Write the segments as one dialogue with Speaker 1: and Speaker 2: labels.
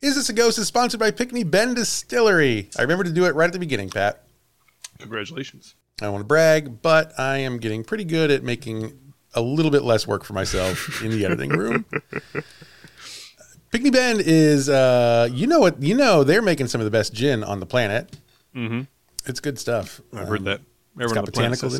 Speaker 1: Is This a Ghost is sponsored by Pickney Bend Distillery. I remember to do it right at the beginning, Pat.
Speaker 2: Congratulations.
Speaker 1: I don't want to brag, but I am getting pretty good at making a little bit less work for myself in the editing room. Pickney Bend is, uh, you know what, you know they're making some of the best gin on the planet.
Speaker 2: Mhm.
Speaker 1: It's good stuff.
Speaker 2: I've
Speaker 1: Um,
Speaker 2: heard that.
Speaker 1: it's
Speaker 2: Everyone on
Speaker 1: got
Speaker 2: the planet
Speaker 1: botanicals
Speaker 2: says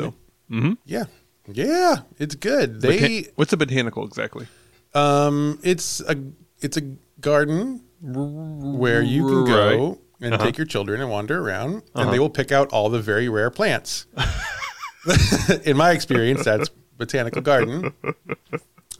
Speaker 1: in
Speaker 2: so.
Speaker 1: it. Yeah, yeah, it's good. They
Speaker 2: Bota- What's a botanical exactly?
Speaker 1: Um, it's a it's a garden where you can go and
Speaker 2: Uh-huh.
Speaker 1: take your children and wander around, and they will pick out all the very rare plants. In my experience, that's botanical garden.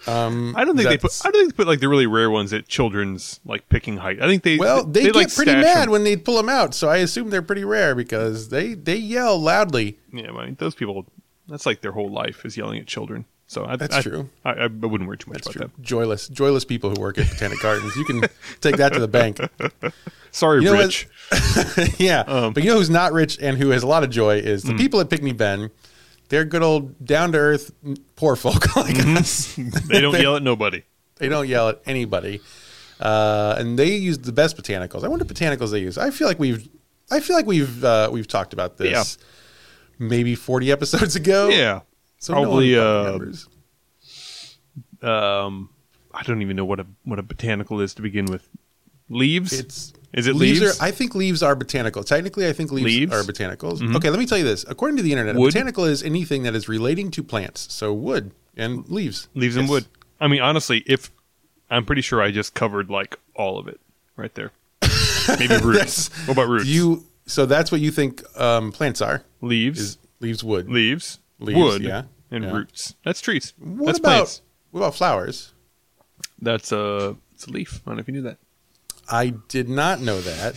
Speaker 1: Um,
Speaker 2: I don't think they put.
Speaker 1: that's-
Speaker 2: I don't think they put like the really rare ones at children's like picking height. I think they.
Speaker 1: well, they, get
Speaker 2: like,
Speaker 1: pretty
Speaker 2: stash
Speaker 1: mad
Speaker 2: them.
Speaker 1: when they pull them out, so I assume they're pretty rare because they they yell loudly.
Speaker 2: Yeah, well, I mean, those people. That's like their whole life is yelling at children. So I,
Speaker 1: That's
Speaker 2: I-
Speaker 1: true.
Speaker 2: I, I wouldn't worry too much
Speaker 1: It's
Speaker 2: about
Speaker 1: true. Joyless, joyless people who work at botanic gardens. You can take that to the bank.
Speaker 2: that. Sorry,
Speaker 1: You know what-
Speaker 2: Rich.
Speaker 1: yeah.
Speaker 2: Um,
Speaker 1: but you know who's not rich and who has a lot of joy is
Speaker 2: hmm.
Speaker 1: the people at Pickney Bend. They're good old down to earth poor folk like
Speaker 2: Mm-hmm.
Speaker 1: us.
Speaker 2: They don't yell at nobody.
Speaker 1: They don't yell at anybody. Uh, and they use the best botanicals. I wonder what botanicals they use. I feel like we've I feel like we've uh, we've talked about this maybe 40 episodes ago.
Speaker 2: Yeah.
Speaker 1: So
Speaker 2: probably,
Speaker 1: one
Speaker 2: uh,
Speaker 1: remembers.
Speaker 2: Um, I don't even know what a what a botanical is to begin with. Leaves.
Speaker 1: It's
Speaker 2: is it leaves?
Speaker 1: Are, I think leaves are botanical. Technically, I think leaves,
Speaker 2: Leaves? Mm-hmm.
Speaker 1: are botanicals. Okay, let me tell you this. According to the internet, a
Speaker 2: Wood?
Speaker 1: botanical is anything that is relating to plants. So wood and leaves.
Speaker 2: leaves and
Speaker 1: Yes.
Speaker 2: wood. I mean, honestly, if I'm pretty sure I just covered like all of it right there. Maybe
Speaker 1: That's-
Speaker 2: roots. What about roots?
Speaker 1: You so that's what you think um, plants are
Speaker 2: leaves,
Speaker 1: is leaves wood.
Speaker 2: leaves,
Speaker 1: Leaves,
Speaker 2: wood,
Speaker 1: yeah,
Speaker 2: and
Speaker 1: yeah.
Speaker 2: roots. That's trees.
Speaker 1: What
Speaker 2: That's
Speaker 1: about
Speaker 2: plants.
Speaker 1: what about flowers?
Speaker 2: That's a it's a leaf. I don't know if you knew that.
Speaker 1: I did not know that.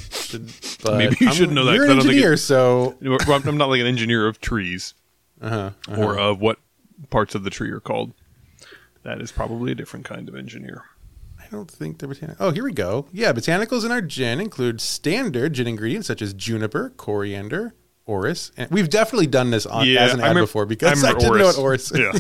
Speaker 1: But
Speaker 2: Maybe you
Speaker 1: I'm-
Speaker 2: should know that,
Speaker 1: You're
Speaker 2: 'cause I
Speaker 1: an
Speaker 2: don't think
Speaker 1: engineer, so
Speaker 2: Well, I'm I'm not like an engineer of trees
Speaker 1: uh-huh, uh-huh.
Speaker 2: or of what parts of the tree are called. That is probably a different kind of engineer.
Speaker 1: I don't think they're botanical. Oh, here we go. Yeah, botanicals in our gin include standard gin ingredients such as juniper, coriander, orris. And we've definitely done this on as an ad
Speaker 2: remember-
Speaker 1: before because I,
Speaker 2: remember
Speaker 1: didn't know what orris.
Speaker 2: Yeah,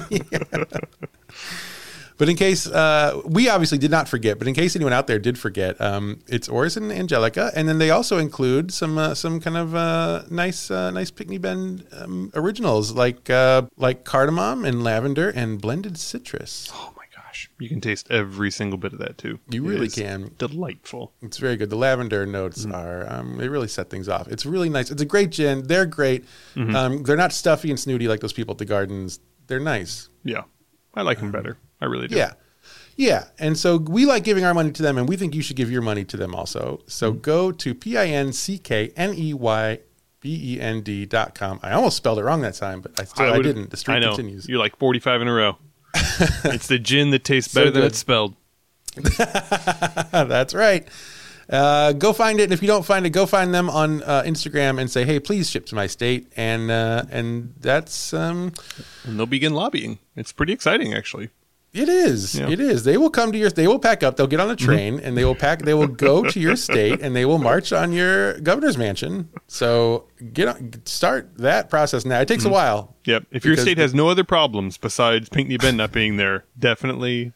Speaker 1: but in case uh, we obviously did not forget, but in case anyone out there did forget, um, it's orris and angelica, and then they also include some uh, some kind of uh, nice uh, nice Pickney Bend um, originals like uh, like cardamom and lavender and blended citrus.
Speaker 2: Oh my gosh, you can taste every single bit of that too.
Speaker 1: You
Speaker 2: It
Speaker 1: really
Speaker 2: is
Speaker 1: can.
Speaker 2: Delightful.
Speaker 1: It's very good. The lavender notes are um, they really set things off. It's really nice. It's a great gin. They're great. Um, they're not stuffy and snooty like those people at the gardens. They're nice.
Speaker 2: Yeah, I like them better. I really do.
Speaker 1: Um, Yeah. Yeah. And so we like giving our money to them and we think you should give your money to them also. So go to P I N C K N E Y B E N D dot com. I almost spelled it wrong that time, but I still I,
Speaker 2: would've-
Speaker 1: didn't. The streak
Speaker 2: I know.
Speaker 1: continues.
Speaker 2: You're like 45 in a row. it's the gin that tastes better than
Speaker 1: good.
Speaker 2: it's spelled.
Speaker 1: That's right. Uh, go find it, and if you don't find it, go find them on uh, Instagram and say, "Hey, please ship to my state." And uh, and that's um,
Speaker 2: And they'll begin lobbying. It's pretty exciting, actually.
Speaker 1: it is
Speaker 2: Yeah. Mm-hmm.
Speaker 1: it is. They will come to your. They will pack up. They'll get on a train, and they will pack. They will go to your state, and they will march on your governor's mansion. So get on, start that process now. It takes
Speaker 2: Mm-hmm.
Speaker 1: a while.
Speaker 2: Yep. If your
Speaker 1: Because
Speaker 2: state
Speaker 1: the-
Speaker 2: has no other problems besides Pinkney Bend not being there, definitely,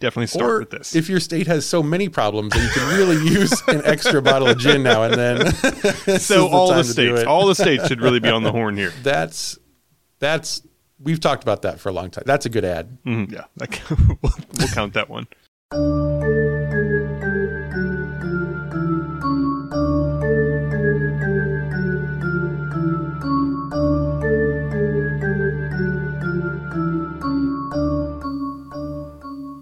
Speaker 2: definitely start
Speaker 1: Or
Speaker 2: with this.
Speaker 1: if your state has so many problems that you can really use an extra bottle of gin now and then. this is
Speaker 2: so all
Speaker 1: time
Speaker 2: the
Speaker 1: to do
Speaker 2: states,
Speaker 1: it.
Speaker 2: all the states should really be on the horn here.
Speaker 1: that's that's we've talked about that for a long time. That's a good ad.
Speaker 2: Mhm, Yeah, Like, we'll, we'll count that one.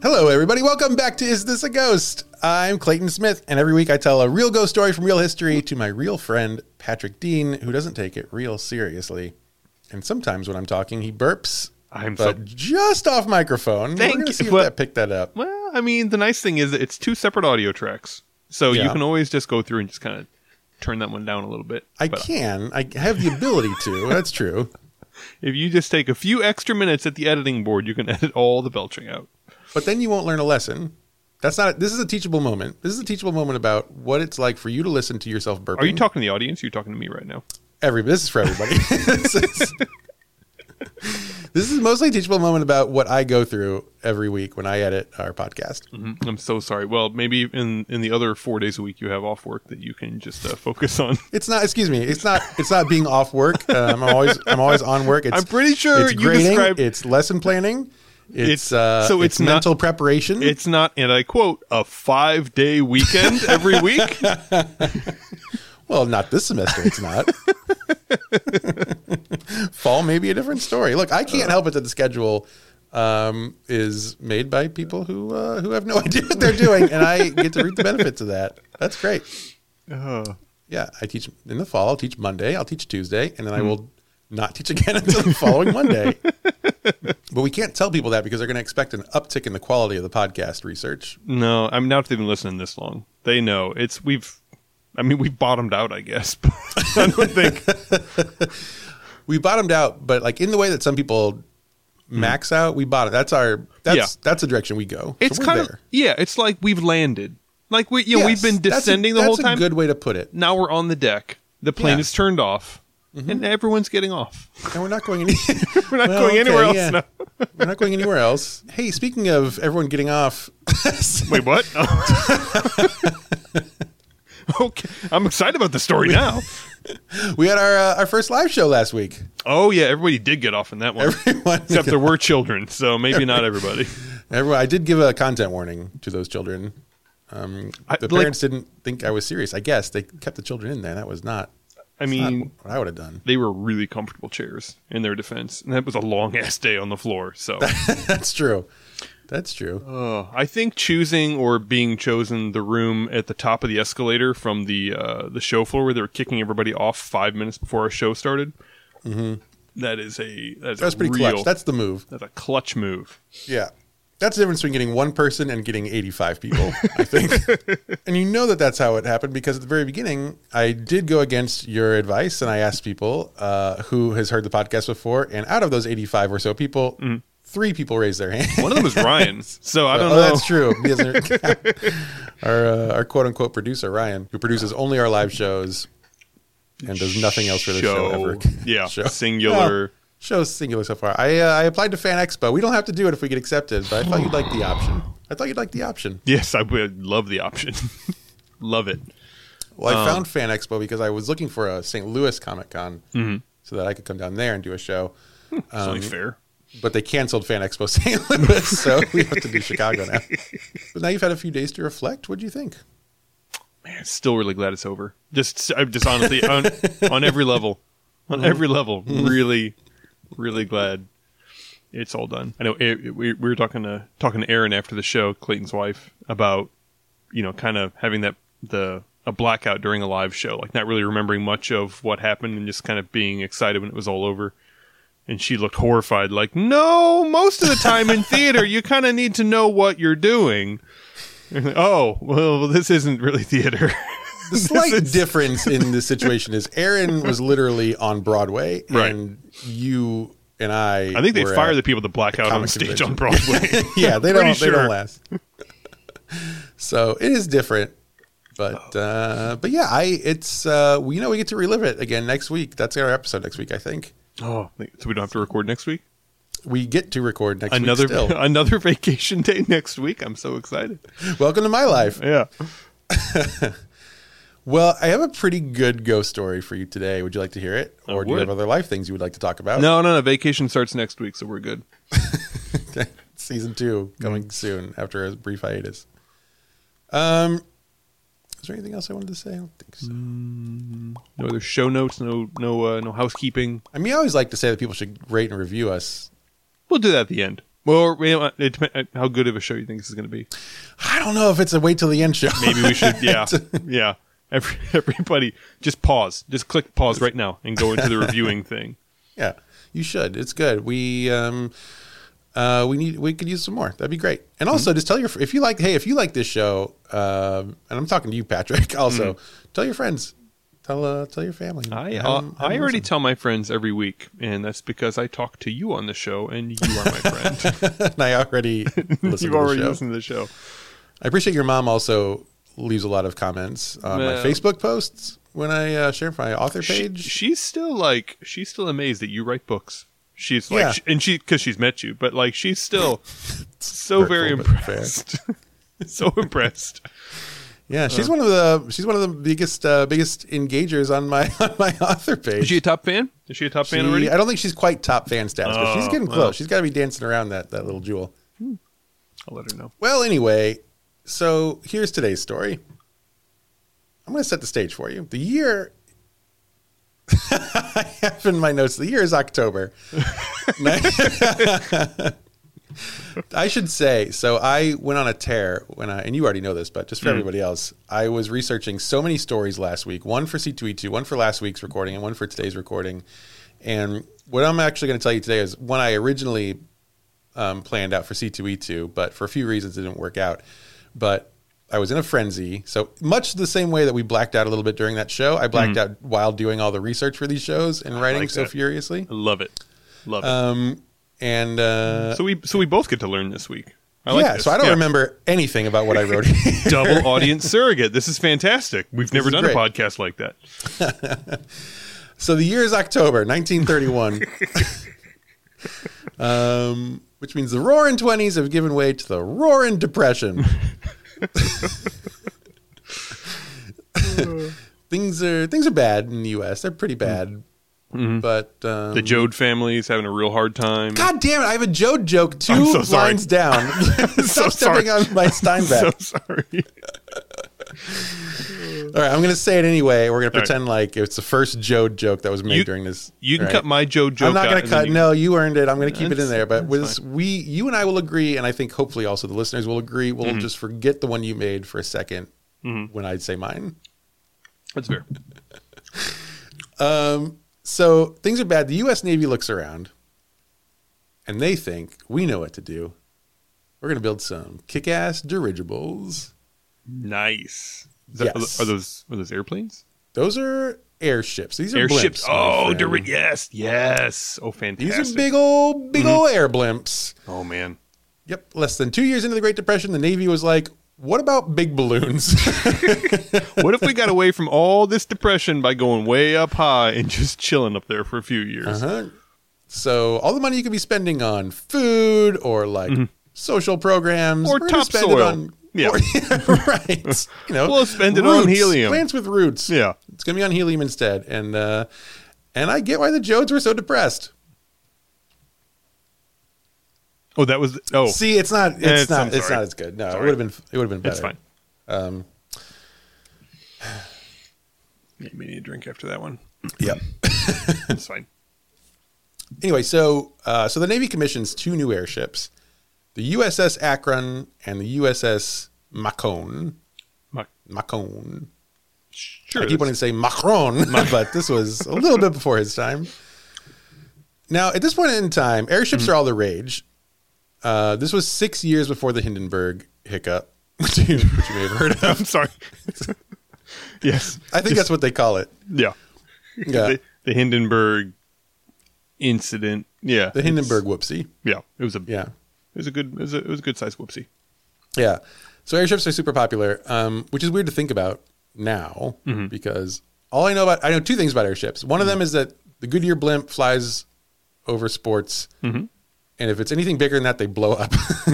Speaker 1: Hello, everybody. Welcome back to Is This a Ghost? I'm Clayton Smith, and every week I tell a real ghost story from real history to my real friend Patrick Dean, who doesn't take it real seriously. And sometimes when I'm talking, he burps,
Speaker 2: I'm
Speaker 1: but
Speaker 2: so-
Speaker 1: just off microphone.
Speaker 2: Thank
Speaker 1: We're gonna
Speaker 2: you.
Speaker 1: see if
Speaker 2: Well-
Speaker 1: that picked that up.
Speaker 2: Well, I mean, the nice thing is that it's two separate audio tracks, so you
Speaker 1: Yeah.
Speaker 2: can always just go through and just kind of turn that one down a little bit.
Speaker 1: I
Speaker 2: But
Speaker 1: can. I have the ability to. That's true.
Speaker 2: If you just take a few extra minutes at the editing board, you can edit all the belching out.
Speaker 1: But then you won't learn a lesson. That's not. This is a teachable moment. This is a teachable moment about what it's like for you to listen to yourself burping.
Speaker 2: Are you talking to the audience? You're talking to me right now.
Speaker 1: everybody. This is for everybody. this, is, This is mostly a teachable moment about what I go through every week when I edit our podcast.
Speaker 2: Mhm. I'm so sorry. Well, maybe in in the other four days a week you have off work that you can just uh, focus on.
Speaker 1: It's not. Excuse me. It's not. It's not being off work. Um, I'm always. I'm always on work. It's,
Speaker 2: I'm pretty sure
Speaker 1: it's
Speaker 2: you
Speaker 1: grading.
Speaker 2: described-
Speaker 1: it's lesson planning. It's,
Speaker 2: It's-
Speaker 1: uh,
Speaker 2: so
Speaker 1: so
Speaker 2: it's
Speaker 1: it's,
Speaker 2: not-
Speaker 1: mental preparation.
Speaker 2: It's not, and I quote, a five day weekend every week.
Speaker 1: well, not this semester. It's not. Fall may be a different story. Look, I can't help it that the schedule um, is made by people who uh, who have no idea what they're doing, and I get to reap the benefits of that. That's great.
Speaker 2: Oh.
Speaker 1: Yeah, I teach in the fall. I'll teach Monday. I'll teach Tuesday, and then I will not teach again until the following Monday. But we can't tell people that because they're going to expect an uptick in the quality of the podcast research.
Speaker 2: No, I'm not even listening this long. They know it's we've. I mean, we've bottomed out, I guess. But I don't think.
Speaker 1: We bottomed out, but like in the way that some people max out, we bottom. That's our that's
Speaker 2: Hmm. Yeah.
Speaker 1: that's the direction we go. So
Speaker 2: It's
Speaker 1: we're
Speaker 2: kind of
Speaker 1: there.
Speaker 2: yeah. It's like we've landed. Like we yeah, we've
Speaker 1: Yes,
Speaker 2: been
Speaker 1: that's a-
Speaker 2: descending the whole
Speaker 1: that's a
Speaker 2: time.
Speaker 1: good way to put it.
Speaker 2: now we're on the deck. The plane
Speaker 1: Yeah.
Speaker 2: is turned off, and everyone's getting off.
Speaker 1: And we're not going any,
Speaker 2: We're not going anywhere else now.
Speaker 1: we're not going anywhere else. Hey, speaking of everyone getting off,
Speaker 2: Wait, what? okay, I'm excited about the story now.
Speaker 1: we had our uh, our first live show last week.
Speaker 2: Oh yeah, everybody did get off in that one,
Speaker 1: Everyone
Speaker 2: except there were children, so maybe not everybody.
Speaker 1: Everyone, I did give a content warning to those children. Um,
Speaker 2: I-
Speaker 1: the
Speaker 2: like-
Speaker 1: parents didn't think I was serious. I guess they kept the children in there. That was not,
Speaker 2: I
Speaker 1: not
Speaker 2: mean,
Speaker 1: what I would have done.
Speaker 2: they were really comfortable chairs in their defense, and that was a long ass day on the floor. So
Speaker 1: That's true. That's true.
Speaker 2: Uh, I think choosing or being chosen the room at the top of the escalator from the uh, the show floor where they were kicking everybody off five minutes before our show started. that is a that is
Speaker 1: That was
Speaker 2: a
Speaker 1: pretty
Speaker 2: real,
Speaker 1: clutch. Mm-hmm. That's the move.
Speaker 2: that's a clutch move.
Speaker 1: Yeah. That's the difference between getting one person and getting 85 people, I think. and you know that that's how it happened because at the very beginning, I did go against your advice and I asked people uh, who has heard the podcast before. And out of those 85 or so people, three people raised their hand.
Speaker 2: One of them was Ryan, so I don't
Speaker 1: oh,
Speaker 2: know.
Speaker 1: that's true. He doesn't- our uh, our quote unquote producer Ryan, who produces only our live shows and does nothing else for the show, ever.
Speaker 2: Yeah,
Speaker 1: Show.
Speaker 2: singular.
Speaker 1: Show's singular so far. I uh, I applied to Fan Expo. We don't have to do it if we get accepted, but I thought you'd like the option. I thought you'd like the option.
Speaker 2: Yes, I would love the option. love it.
Speaker 1: Well,
Speaker 2: Um.
Speaker 1: I found Fan Expo because I was looking for a St. Louis Comic Con
Speaker 2: Mm-hmm.
Speaker 1: so that I could come down there and do a show.
Speaker 2: It's only
Speaker 1: Um,
Speaker 2: fair.
Speaker 1: But they canceled Fan Expo St. Louis, so we have to do Chicago now. But now you've had a few days to reflect. What do you think?
Speaker 2: Man, still really glad it's over. Just, I'm just honestly on, on every level, on
Speaker 1: Mm-hmm.
Speaker 2: every level, really, really glad it's all done. I know it, it- we, we were talking to talking to Erin after the show, Clayton's wife, about you know kind of having that the a blackout during a live show, like not really remembering much of what happened and just kind of being excited when it was all over. And she looked horrified, like, no, most of the time in theater, you kind of need to know what you're doing. Oh, well, this isn't really theater.
Speaker 1: the slight difference in this situation is Aaron was literally on Broadway,
Speaker 2: Right.
Speaker 1: and you and I.
Speaker 2: I think they
Speaker 1: were
Speaker 2: fire the
Speaker 1: at-
Speaker 2: people that black out on
Speaker 1: comic
Speaker 2: stage
Speaker 1: convention.
Speaker 2: on Broadway.
Speaker 1: yeah, they
Speaker 2: pretty
Speaker 1: don't. They
Speaker 2: sure.
Speaker 1: don't last. so it is different, but
Speaker 2: Oh.
Speaker 1: uh, but yeah, I it's uh, we you know we get to relive it again next week. That's our episode next week. I think
Speaker 2: oh, so we don't have to record next week.
Speaker 1: we get to record next
Speaker 2: another
Speaker 1: week. Still,
Speaker 2: another vacation day next week. I'm so excited.
Speaker 1: welcome to my life.
Speaker 2: Yeah.
Speaker 1: Well, I have a pretty good ghost story for you today. Would you like to hear it, or do you
Speaker 2: would.
Speaker 1: have other life things you would like to talk about?
Speaker 2: No, no, no. Vacation starts next week, so we're good.
Speaker 1: season two coming soon after a brief hiatus. Um, is there anything else I wanted to say? I don't think so.
Speaker 2: Mm. No other show notes. No, no, uh, no housekeeping.
Speaker 1: I mean, I always like to say that people should rate and review us.
Speaker 2: We'll do that at the end. Well, you know, it depends how good of a show you think this is going to be.
Speaker 1: I don't know if it's a wait till the end show.
Speaker 2: Maybe we should. Yeah, yeah. Every, everybody, just pause. Just click pause right now and go into the reviewing thing.
Speaker 1: yeah, you should. It's good. We um, uh, we need we could use some more. That'd be great.
Speaker 2: Mm-hmm.
Speaker 1: And also, just tell your fr- if you like. Hey, if you like this show, um, and I'm talking to you, Patrick. Also, tell your friends. Tell uh, tell your family.
Speaker 2: Mm-hmm. I
Speaker 1: Have
Speaker 2: uh,
Speaker 1: 'em- have
Speaker 2: I
Speaker 1: 'em
Speaker 2: already tell my friends every week, and that's because I talk to you on the show, and you are my friend.
Speaker 1: listen. I already listened to
Speaker 2: You've
Speaker 1: the
Speaker 2: already
Speaker 1: show.
Speaker 2: listened to the show.
Speaker 1: I appreciate your mom also leaves a lot of comments on
Speaker 2: Well-
Speaker 1: my Facebook posts when I uh, share my author
Speaker 2: She,
Speaker 1: page.
Speaker 2: she's still like she's still amazed that you write books. She's like,
Speaker 1: Yeah.
Speaker 2: sh- and she because she's met you, but like she's still so very
Speaker 1: Hurtful, but fair.
Speaker 2: impressed, so impressed.
Speaker 1: Yeah,
Speaker 2: Uh.
Speaker 1: she's one of the she's one of the biggest uh, biggest engagers on my on my author page.
Speaker 2: Is she a top fan? Is she a top fan
Speaker 1: She-
Speaker 2: already?
Speaker 1: I don't think she's quite top fan status, but she's
Speaker 2: Oh,
Speaker 1: getting
Speaker 2: wow.
Speaker 1: close. She's got to be dancing around that that little jewel.
Speaker 2: I'll let her know.
Speaker 1: Well, anyway, so here's today's story. I'm going to set the stage for you. The year I have in my notes, the year is October. I should say, so I went on a tear when I, and you already know this, but just for everybody else, I was researching so many stories last week one for C2E2, one for last week's recording, and one for today's recording. And what I'm actually going to tell you today is one I originally um, planned out for C2E2, but for a few reasons it didn't work out. But I was in a frenzy. So, much the same way that we blacked out a little bit during that show, I blacked out while doing all the research for these shows and writing
Speaker 2: like
Speaker 1: so
Speaker 2: that.
Speaker 1: furiously.
Speaker 2: I love it, love it.
Speaker 1: Um, and uh,
Speaker 2: so we so we both get to learn this week. I like
Speaker 1: yeah,
Speaker 2: this.
Speaker 1: so I don't
Speaker 2: Yeah.
Speaker 1: remember anything about what I wrote.
Speaker 2: Double audience surrogate. This is fantastic. We've never
Speaker 1: is
Speaker 2: done
Speaker 1: great.
Speaker 2: a podcast like that.
Speaker 1: so the year is October 1931, um, which means the roaring 20s have given way to the roaring depression. things are things are bad in the U.S. They're
Speaker 2: Hmm.
Speaker 1: pretty bad,
Speaker 2: Mm-hmm.
Speaker 1: but um,
Speaker 2: The Jode family is having a real hard time.
Speaker 1: God damn it! I have a Jode joke 2
Speaker 2: I'm so sorry.
Speaker 1: lines down.
Speaker 2: so
Speaker 1: Stop stepping
Speaker 2: sorry.
Speaker 1: on my Steinbeck.
Speaker 2: so sorry.
Speaker 1: All right, I'm going to say it anyway. We're going to
Speaker 2: All right.
Speaker 1: pretend like it's the first Jode joke that was made
Speaker 2: You-
Speaker 1: during this.
Speaker 2: You can
Speaker 1: all right?
Speaker 2: cut my Joe joke.
Speaker 1: I'm not
Speaker 2: out
Speaker 1: going to
Speaker 2: and then
Speaker 1: cut.
Speaker 2: you-
Speaker 1: No, you earned it. I'm going to keep it in
Speaker 2: That's-
Speaker 1: there. But
Speaker 2: that's
Speaker 1: with this, we, you and I will agree, and I think hopefully also the listeners will agree. We'll
Speaker 2: Mm-hmm.
Speaker 1: just forget the one you made for a 2nd when I say mine.
Speaker 2: That's fair.
Speaker 1: Um, so things are bad. The U.S. Navy looks around, and they think we know what to do. We're going to build some kick-ass dirigibles.
Speaker 2: Nice. Is that-
Speaker 1: Yes.
Speaker 2: Are those are those airplanes?
Speaker 1: Those are airships. These are
Speaker 2: Airships.
Speaker 1: blimps, my
Speaker 2: oh,
Speaker 1: friend.
Speaker 2: dir- yes, yes. Oh, fantastic. Mm-hmm.
Speaker 1: These are big old, big old air blimps.
Speaker 2: Oh man.
Speaker 1: Yep. Less than two years into the Great Depression, the Navy was like, what about big balloons?
Speaker 2: What if we got away from all this depression by going way up high and just chilling up there for a few years?
Speaker 1: uh-huh. So all the money you could be spending on food or like social programs
Speaker 2: Mm-hmm. Or
Speaker 1: we're gonna spend it
Speaker 2: topsoil.
Speaker 1: on-
Speaker 2: Yeah.
Speaker 1: or- right. You know,
Speaker 2: We'll spend it on
Speaker 1: roots,
Speaker 2: helium.
Speaker 1: Plants with roots.
Speaker 2: Yeah.
Speaker 1: It's gonna be on helium instead. And uh and I get why the Jodes were so depressed.
Speaker 2: Oh, that was oh,
Speaker 1: See, it's not it's,
Speaker 2: It's-
Speaker 1: not
Speaker 2: I'm
Speaker 1: it's
Speaker 2: sorry.
Speaker 1: not as good. No,
Speaker 2: Sorry.
Speaker 1: it would have been it would have been better.
Speaker 2: that's fine.
Speaker 1: Um
Speaker 2: Yeah, we need a drink after that one.
Speaker 1: yep.
Speaker 2: That's fine.
Speaker 1: anyway, so uh, so the Navy commissions two new airships, the USS Akron and the USS Macon.
Speaker 2: Mac-
Speaker 1: Macon.
Speaker 2: Sure.
Speaker 1: I keep wanting to say Macron, but this was a little bit before his time. Now, at this point in time, airships
Speaker 2: Mm-hmm.
Speaker 1: are all the rage. Uh, this was six years before the Hindenburg hiccup, which you, which you may have heard of.
Speaker 2: I'm sorry. yes.
Speaker 1: I think that's what they call it.
Speaker 2: Yeah.
Speaker 1: Yeah,
Speaker 2: The, the Hindenburg incident. Yeah.
Speaker 1: the Hindenburg whoopsie.
Speaker 2: Yeah. It was a
Speaker 1: Yeah.
Speaker 2: It was a good. It was a, it was a good size whoopsie.
Speaker 1: Yeah. So airships are super popular, um, which is weird to think about now
Speaker 2: Mm-hmm.
Speaker 1: because all I know about, I know two things about airships. One of them is that the Goodyear blimp flies over sports.
Speaker 2: Mm-hmm.
Speaker 1: And if it's anything bigger than that, they blow up.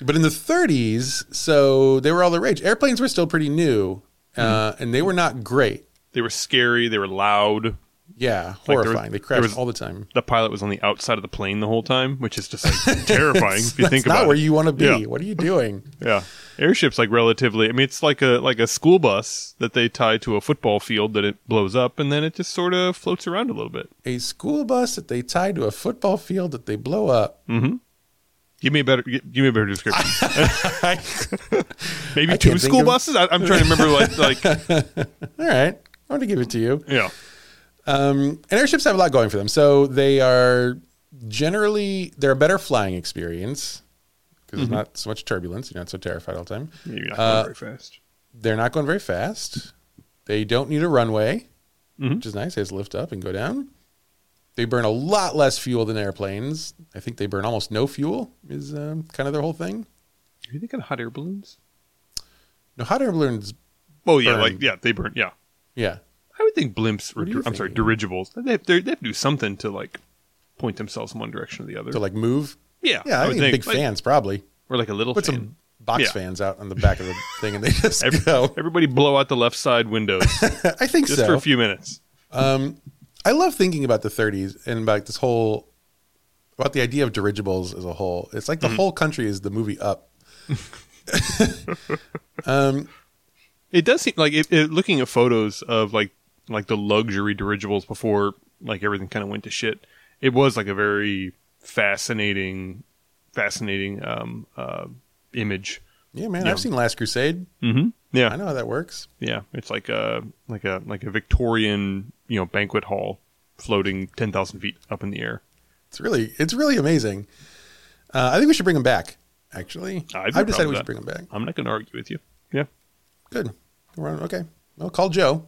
Speaker 1: but in the 30s, so they were all the rage. Airplanes were still pretty new uh,
Speaker 2: Mm-hmm.
Speaker 1: and they were not great.
Speaker 2: They were scary. They were loud.
Speaker 1: Yeah,
Speaker 2: there was-
Speaker 1: horrifying. they
Speaker 2: there
Speaker 1: crashed
Speaker 2: was-
Speaker 1: all the time.
Speaker 2: The pilot was on the outside of the plane the whole time, which is just like terrifying if you
Speaker 1: That's
Speaker 2: think
Speaker 1: not
Speaker 2: about
Speaker 1: where
Speaker 2: it.
Speaker 1: you want to be.
Speaker 2: Yeah.
Speaker 1: What are you doing?
Speaker 2: yeah, airships like relatively. I mean, it's like a like a school bus that they tie to a football field that it blows up, and then it just sort of floats around a little bit.
Speaker 1: A school bus that they tie to a football field that they blow up.
Speaker 2: Give me a better gi- give me a better description. Maybe
Speaker 1: I
Speaker 2: two
Speaker 1: can't think
Speaker 2: school
Speaker 1: of-
Speaker 2: buses. I, I'm trying to remember like like
Speaker 1: All right. I want to give it to you.
Speaker 2: yeah.
Speaker 1: Um, and airships have a lot going for them. So they are generally they're a better flying experience because
Speaker 2: Mm-hmm.
Speaker 1: there's not so much turbulence. You're not so terrified all the time.
Speaker 2: Maybe not
Speaker 1: Uh,
Speaker 2: going very fast.
Speaker 1: They're not going very fast. They don't need a runway,
Speaker 2: Mhm.
Speaker 1: which is nice. They just lift up and go down. They burn a lot less fuel than airplanes. I think they burn almost no fuel. Is um, kind of their whole thing.
Speaker 2: Are you thinking hot air balloons?
Speaker 1: No hot air balloons.
Speaker 2: Oh yeah,
Speaker 1: Burn.
Speaker 2: like yeah, they burn. Yeah,
Speaker 1: Yeah,
Speaker 2: I would think blimps or
Speaker 1: What are you
Speaker 2: dir- I'm sorry,
Speaker 1: thinking?
Speaker 2: dirigibles. They have, they they have to do something to like point themselves in one direction or the other.
Speaker 1: to like move.
Speaker 2: yeah,
Speaker 1: Yeah, I,
Speaker 2: would
Speaker 1: think, big
Speaker 2: like,
Speaker 1: fans probably
Speaker 2: or like a little
Speaker 1: put
Speaker 2: fan.
Speaker 1: some box
Speaker 2: Yeah.
Speaker 1: fans out on the back of the thing, and they just
Speaker 2: Every-
Speaker 1: go.
Speaker 2: Everybody blow out the left side windows
Speaker 1: I think
Speaker 2: just
Speaker 1: so.
Speaker 2: for a few minutes.
Speaker 1: Um, I love thinking about the 30s and about this whole about the idea of dirigibles as a whole. It's
Speaker 2: Mm.
Speaker 1: like the whole country is the movie Up. um,
Speaker 2: It does seem like it, it, looking at photos of like like the luxury dirigibles before like everything kind of went to shit. It was like a very fascinating, fascinating um, uh, image.
Speaker 1: yeah, man,
Speaker 2: Yeah.
Speaker 1: I've seen Last Crusade.
Speaker 2: Mm-hmm.
Speaker 1: I
Speaker 2: Yeah,
Speaker 1: know how that works.
Speaker 2: yeah. It's like a like a like a Victorian you know banquet hall floating ten thousand feet up in the air.
Speaker 1: It's really it's really amazing. Uh, I think we should bring them back. Actually,
Speaker 2: I'd
Speaker 1: I've,
Speaker 2: be proud
Speaker 1: decided
Speaker 2: of
Speaker 1: we
Speaker 2: that.
Speaker 1: should bring them back.
Speaker 2: I'm not going to argue with you. Yeah,
Speaker 1: Good. We're on- Okay. Well, call Joe.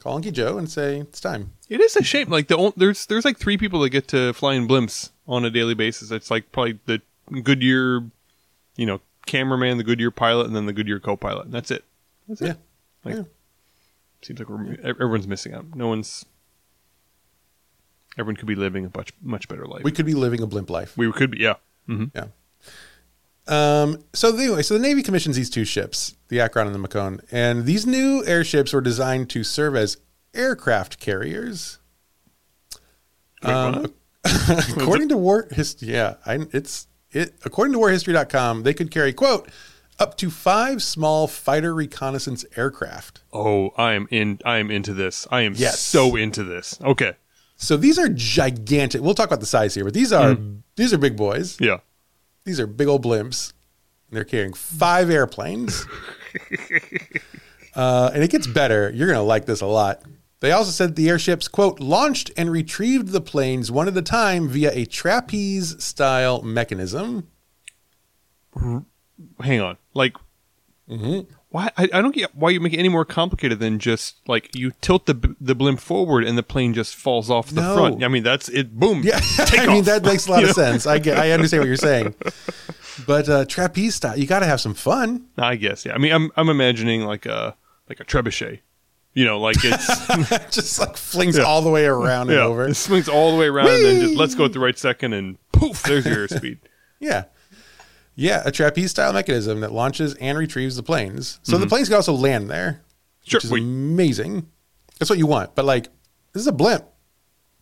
Speaker 1: Call Unky Joe and say it's time.
Speaker 2: it is a shame. Like the on- there's there's like three people that get to fly in blimps on a daily basis. It's like probably the Goodyear, you know, cameraman, the Goodyear pilot, and then the Goodyear co-pilot. And that's it. That's it.
Speaker 1: Yeah.
Speaker 2: Like,
Speaker 1: Yeah.
Speaker 2: Seems like we're, e, everyone's missing out. No one's. Everyone could be living a much much better life.
Speaker 1: We could be living a blimp life.
Speaker 2: We could be, yeah.
Speaker 1: Um, so anyway, so the Navy commissions these two ships, the Akron and the Macon, and these new airships were designed to serve as aircraft carriers.
Speaker 2: Wait,
Speaker 1: Um,
Speaker 2: what?
Speaker 1: according to war history, yeah, I, it's it. According to warhistory.com, they could carry quote up to five small fighter reconnaissance aircraft.
Speaker 2: Oh, I am in. I am into this. I am
Speaker 1: Yes.
Speaker 2: so into this. Okay,
Speaker 1: So these are gigantic. We'll talk about the size here, but these are these are big boys.
Speaker 2: yeah.
Speaker 1: These are big old blimps. And they're carrying five airplanes. uh, and it gets better. You're going to like this a lot. They also said the airships, quote, launched and retrieved the planes one at a time via a trapeze style mechanism.
Speaker 2: Hang on. Like,
Speaker 1: Mhm.
Speaker 2: why? I, I don't get why you make it any more complicated than just like you tilt the b- the blimp forward and the plane just falls off the
Speaker 1: No.
Speaker 2: front. I mean, that's it. Boom.
Speaker 1: Yeah.
Speaker 2: Take
Speaker 1: I mean,
Speaker 2: off.
Speaker 1: that makes a lot of sense. I, get, I understand what you're saying. But uh, trapeze style, you got to have some fun.
Speaker 2: I guess. Yeah. I mean, I'm I'm imagining like a like a trebuchet. You know, like it's
Speaker 1: Just like flings all the way around and
Speaker 2: yeah,
Speaker 1: over.
Speaker 2: it swings all the way around and then just
Speaker 1: Whee!
Speaker 2: let's go at the right second and poof, there's your airspeed.
Speaker 1: Yeah. Yeah, a trapeze style mechanism that launches and retrieves the planes. So the planes can also land there.
Speaker 2: Mm-hmm. Sure,
Speaker 1: Which is
Speaker 2: wait.
Speaker 1: amazing. That's what you want. But like this is a blimp.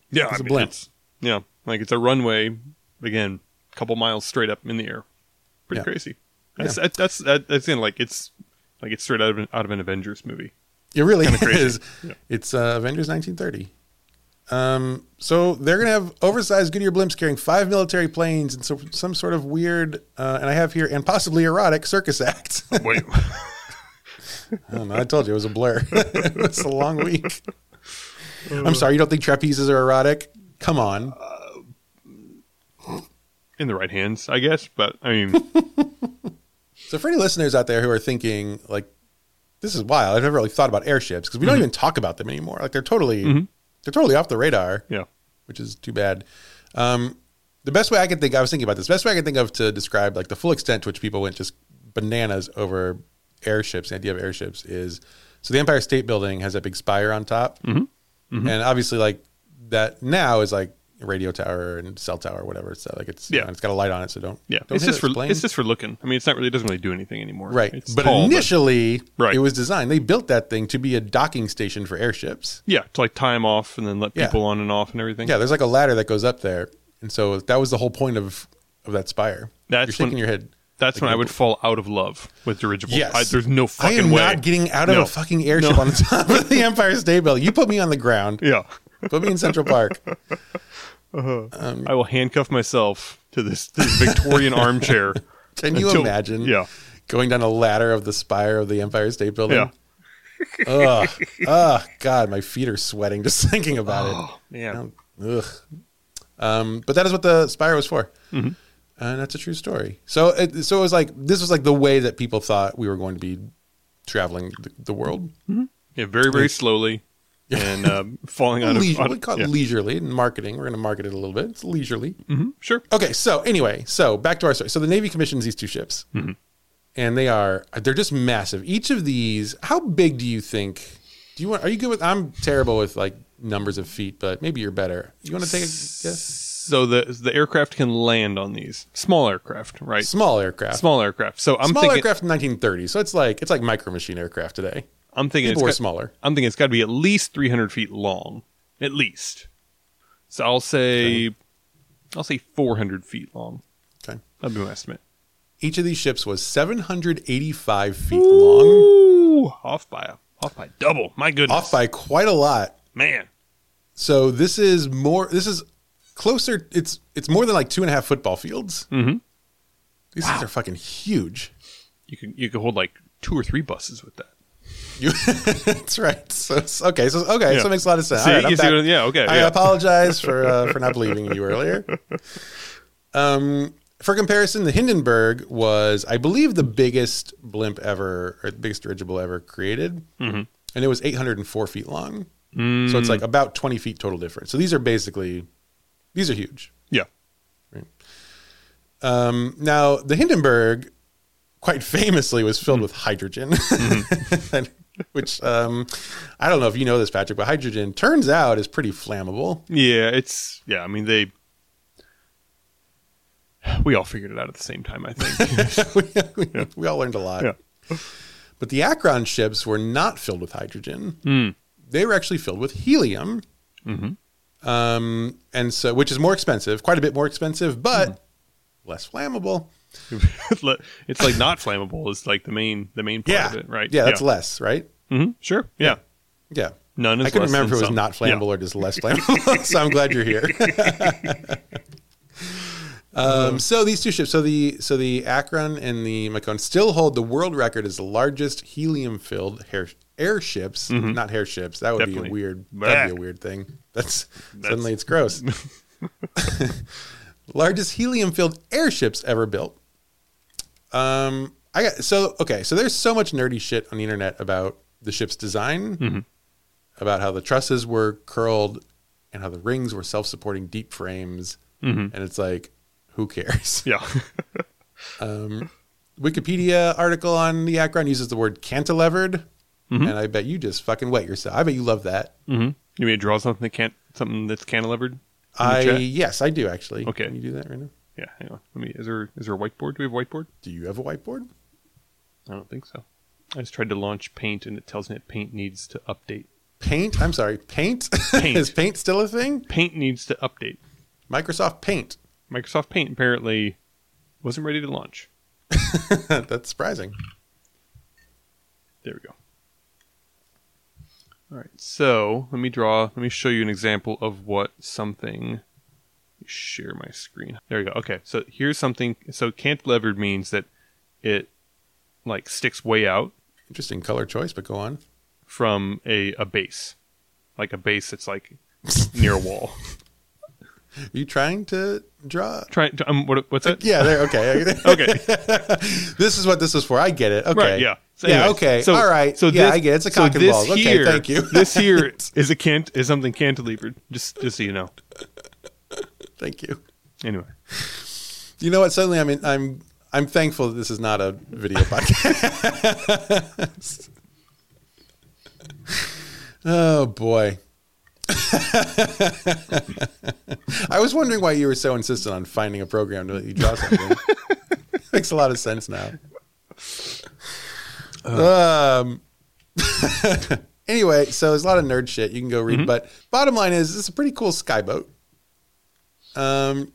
Speaker 2: Yeah,
Speaker 1: It's
Speaker 2: I
Speaker 1: a
Speaker 2: mean,
Speaker 1: blimp.
Speaker 2: it's- yeah, like it's a runway again, a couple miles straight up in the air. Pretty
Speaker 1: Yeah.
Speaker 2: crazy. That's that, that's that, that's in like it's like it's straight out of an, out of an Avengers movie.
Speaker 1: It really
Speaker 2: crazy.
Speaker 1: is.
Speaker 2: Yeah.
Speaker 1: It's uh, Avengers 1930. Um, so they're gonna have oversized Goodyear blimps carrying five military planes and so some sort of weird, uh, and I have here and possibly erotic circus act. I
Speaker 2: Wait,
Speaker 1: don't know. I told you it was a blur. it was a long week.
Speaker 2: Uh.
Speaker 1: I'm sorry. You don't think trapezes are erotic? Come on.
Speaker 2: in the right hands, I guess. But I mean,
Speaker 1: So for any listeners out there who are thinking like, this is wild. I've never really thought about airships because we
Speaker 2: Mm-hmm.
Speaker 1: don't even talk about them anymore. Like they're totally, they're totally off the radar,
Speaker 2: yeah,
Speaker 1: which is too bad. Um, the best way I could think, I was thinking about this. Best way I could think of to describe like the full extent to which people went just bananas over airships. The idea of airships is so the Empire State Building has that big spire on top,
Speaker 2: Mm-hmm.
Speaker 1: and obviously like that now is like a radio tower and cell tower, whatever. So like it's
Speaker 2: Yeah.
Speaker 1: yeah, it's got a light on it, so don't
Speaker 2: yeah.
Speaker 1: Don't
Speaker 2: it's
Speaker 1: hit
Speaker 2: just
Speaker 1: it,
Speaker 2: for
Speaker 1: plane.
Speaker 2: it's just for looking. I mean, it's not really it doesn't really do anything anymore.
Speaker 1: Right.
Speaker 2: It's
Speaker 1: but
Speaker 2: tall,
Speaker 1: initially,
Speaker 2: Right.
Speaker 1: it was designed. They built that thing to be a docking station for airships.
Speaker 2: yeah, to like time off and then let
Speaker 1: Yeah.
Speaker 2: people on and off and everything.
Speaker 1: Yeah, there's like a ladder that goes up there. And so that was the whole point of, of that spire.
Speaker 2: That's
Speaker 1: You're shaking
Speaker 2: when-
Speaker 1: your head.
Speaker 2: That's when I would fall out of love with dirigibles.
Speaker 1: Yes.
Speaker 2: I, there's no
Speaker 1: I
Speaker 2: fucking
Speaker 1: am
Speaker 2: way.
Speaker 1: not getting out of
Speaker 2: No.
Speaker 1: a fucking airship on the top of the Empire State Building. You put me on the ground.
Speaker 2: yeah,
Speaker 1: Put me in Central Park.
Speaker 2: I will handcuff myself to this, this Victorian armchair.
Speaker 1: Can you
Speaker 2: Until-
Speaker 1: imagine
Speaker 2: Yeah.
Speaker 1: going down a ladder of the spire of the Empire State Building?
Speaker 2: Yeah.
Speaker 1: Ugh. Ugh. God, my feet are sweating just thinking about
Speaker 2: Oh.
Speaker 1: it.
Speaker 2: man.
Speaker 1: Um, Ugh. Um, but that is what the Spire was for,
Speaker 2: Mm-hmm.
Speaker 1: and that's a true story. So, it, so it was like this was like the way that people thought we were going to be traveling the, the world,
Speaker 2: Yeah, very, very slowly and um, falling out of.
Speaker 1: Leisure-
Speaker 2: out
Speaker 1: we
Speaker 2: of-
Speaker 1: call it
Speaker 2: yeah.
Speaker 1: leisurely in marketing. We're going to market it a little bit. It's leisurely.
Speaker 2: Mhm, Sure.
Speaker 1: Okay. So anyway, so back to our story. So the Navy commissions these two ships,
Speaker 2: Mm-hmm.
Speaker 1: and they are they're just massive. Each of these, how big do you think Do you want? Are you good with? I'm terrible with like numbers of feet, but maybe you're better. You want to take a guess?
Speaker 2: So the the aircraft can land on these small aircraft, right?
Speaker 1: Small aircraft.
Speaker 2: Small aircraft. So I'm
Speaker 1: small
Speaker 2: thinking.
Speaker 1: aircraft in 1930. So it's like it's like micro machine aircraft today.
Speaker 2: I'm thinking it's
Speaker 1: People were
Speaker 2: got-
Speaker 1: smaller.
Speaker 2: I'm thinking it's got to be at least 300 feet long, at least. So I'll say, I'll say 400 feet long.
Speaker 1: Okay.
Speaker 2: That'd be my estimate.
Speaker 1: Each of these ships was 785 feet long,
Speaker 2: Ooh, off by a, off by double. My goodness,
Speaker 1: off by quite a lot.
Speaker 2: man.
Speaker 1: So this is more. This is closer. It's it's more than like two and a half football fields.
Speaker 2: Mm-hmm.
Speaker 1: These things are fucking huge.
Speaker 2: You can you can hold like two or three buses with that.
Speaker 1: You, that's right. So it's- okay. So okay.
Speaker 2: Yeah.
Speaker 1: So it makes a lot of sense.
Speaker 2: See,
Speaker 1: All right, I'm
Speaker 2: you see
Speaker 1: back.
Speaker 2: what- yeah, okay.
Speaker 1: I
Speaker 2: yeah.
Speaker 1: apologize for uh, for not believing you earlier. Um, for comparison, the Hindenburg was, I believe, the biggest blimp ever, or the biggest dirigible ever created,
Speaker 2: Mhm.
Speaker 1: and it was 804 feet long. So
Speaker 2: Mm.
Speaker 1: it's like about 20 feet total difference. So these are basically, these are huge.
Speaker 2: yeah.
Speaker 1: Um, now the Hindenburg, quite famously, was filled
Speaker 2: Mm.
Speaker 1: with hydrogen,
Speaker 2: Mm-hmm.
Speaker 1: which um, I don't know if you know this, Patrick, but hydrogen turns out is pretty flammable.
Speaker 2: Yeah, it's yeah. I mean, they we all figured it out at the same time. I think.
Speaker 1: we, we- we all learned a lot.
Speaker 2: Yeah.
Speaker 1: But the Akron ships were not filled with hydrogen.
Speaker 2: Mm.
Speaker 1: They were actually filled with helium.
Speaker 2: Mhm.
Speaker 1: Um, and so, which is more expensive, quite a bit more expensive, but
Speaker 2: Hmm.
Speaker 1: less flammable.
Speaker 2: it's like not flammable. Is like the main the main part of it, right?
Speaker 1: Yeah, that's less, right?
Speaker 2: hmm Sure. Yeah.
Speaker 1: Yeah.
Speaker 2: None is
Speaker 1: I couldn't
Speaker 2: less
Speaker 1: remember if
Speaker 2: than
Speaker 1: it was
Speaker 2: some.
Speaker 1: not
Speaker 2: Yeah.
Speaker 1: flammable or just less flammable. so I'm glad you're here. um, so these two ships, so the so the Akron and the Macon, still hold the world record as the largest helium-filled hair, airships, not hair ships. That would be
Speaker 2: Mm-hmm. Definitely.
Speaker 1: a weird. That'd
Speaker 2: Blech.
Speaker 1: be a weird thing. That's, suddenly it's gross. largest helium-filled airships ever built. Um, I got so okay. So there's so much nerdy shit on the internet about the ship's design about how the trusses were curled and how the rings were self-supporting deep frames and it's like who cares
Speaker 2: Mm-hmm.
Speaker 1: Um,
Speaker 2: Yeah.
Speaker 1: wikipedia article on the akron uses the word cantilevered and i bet you just fucking wet yourself i bet you love that
Speaker 2: mm-hmm. You mean draw something that can't something that's cantilevered? in the
Speaker 1: i
Speaker 2: chat?
Speaker 1: yes i do actually
Speaker 2: Okay.
Speaker 1: can you do that right now
Speaker 2: yeah. Hang on. Let me. Is there is there a whiteboard? Do we have a whiteboard?
Speaker 1: do you have a whiteboard
Speaker 2: I don't think so. I just tried to launch Paint and it tells me that Paint needs to update.
Speaker 1: paint i'm sorry paint,
Speaker 2: Paint.
Speaker 1: is paint still a thing
Speaker 2: Paint needs to update.
Speaker 1: microsoft paint
Speaker 2: Microsoft Paint apparently wasn't ready to launch.
Speaker 1: that's surprising
Speaker 2: There we go. All right. So let me draw. Let me show you an example of what something. Share my screen. There you go. Okay. So here's something. So cantilevered means that it like sticks way out
Speaker 1: interesting color choice but go on
Speaker 2: from a, a base, like a base that's like near a wall.
Speaker 1: are you trying to draw
Speaker 2: Try. Um, what, what's it?
Speaker 1: yeah there okay
Speaker 2: Okay.
Speaker 1: this is what this is for. I get it. Okay.
Speaker 2: Right. Yeah.
Speaker 1: yeah.
Speaker 2: anyways,
Speaker 1: Okay. All right. So yeah, I get it. It's a cock and
Speaker 2: this
Speaker 1: balls. okay.
Speaker 2: here-
Speaker 1: Thank you.
Speaker 2: this here is a cant is something cantilevered. Just just so you know.
Speaker 1: thank you.
Speaker 2: Anyway.
Speaker 1: You know what? Suddenly, I mean, I'm I'm thankful that this is not a video podcast. oh boy. I was wondering why you were so insistent on finding a program to let you draw something. Makes a lot of sense now. Um. anyway, so there's a lot of nerd shit you can go read, but bottom line is it's a pretty cool skyboat. Um,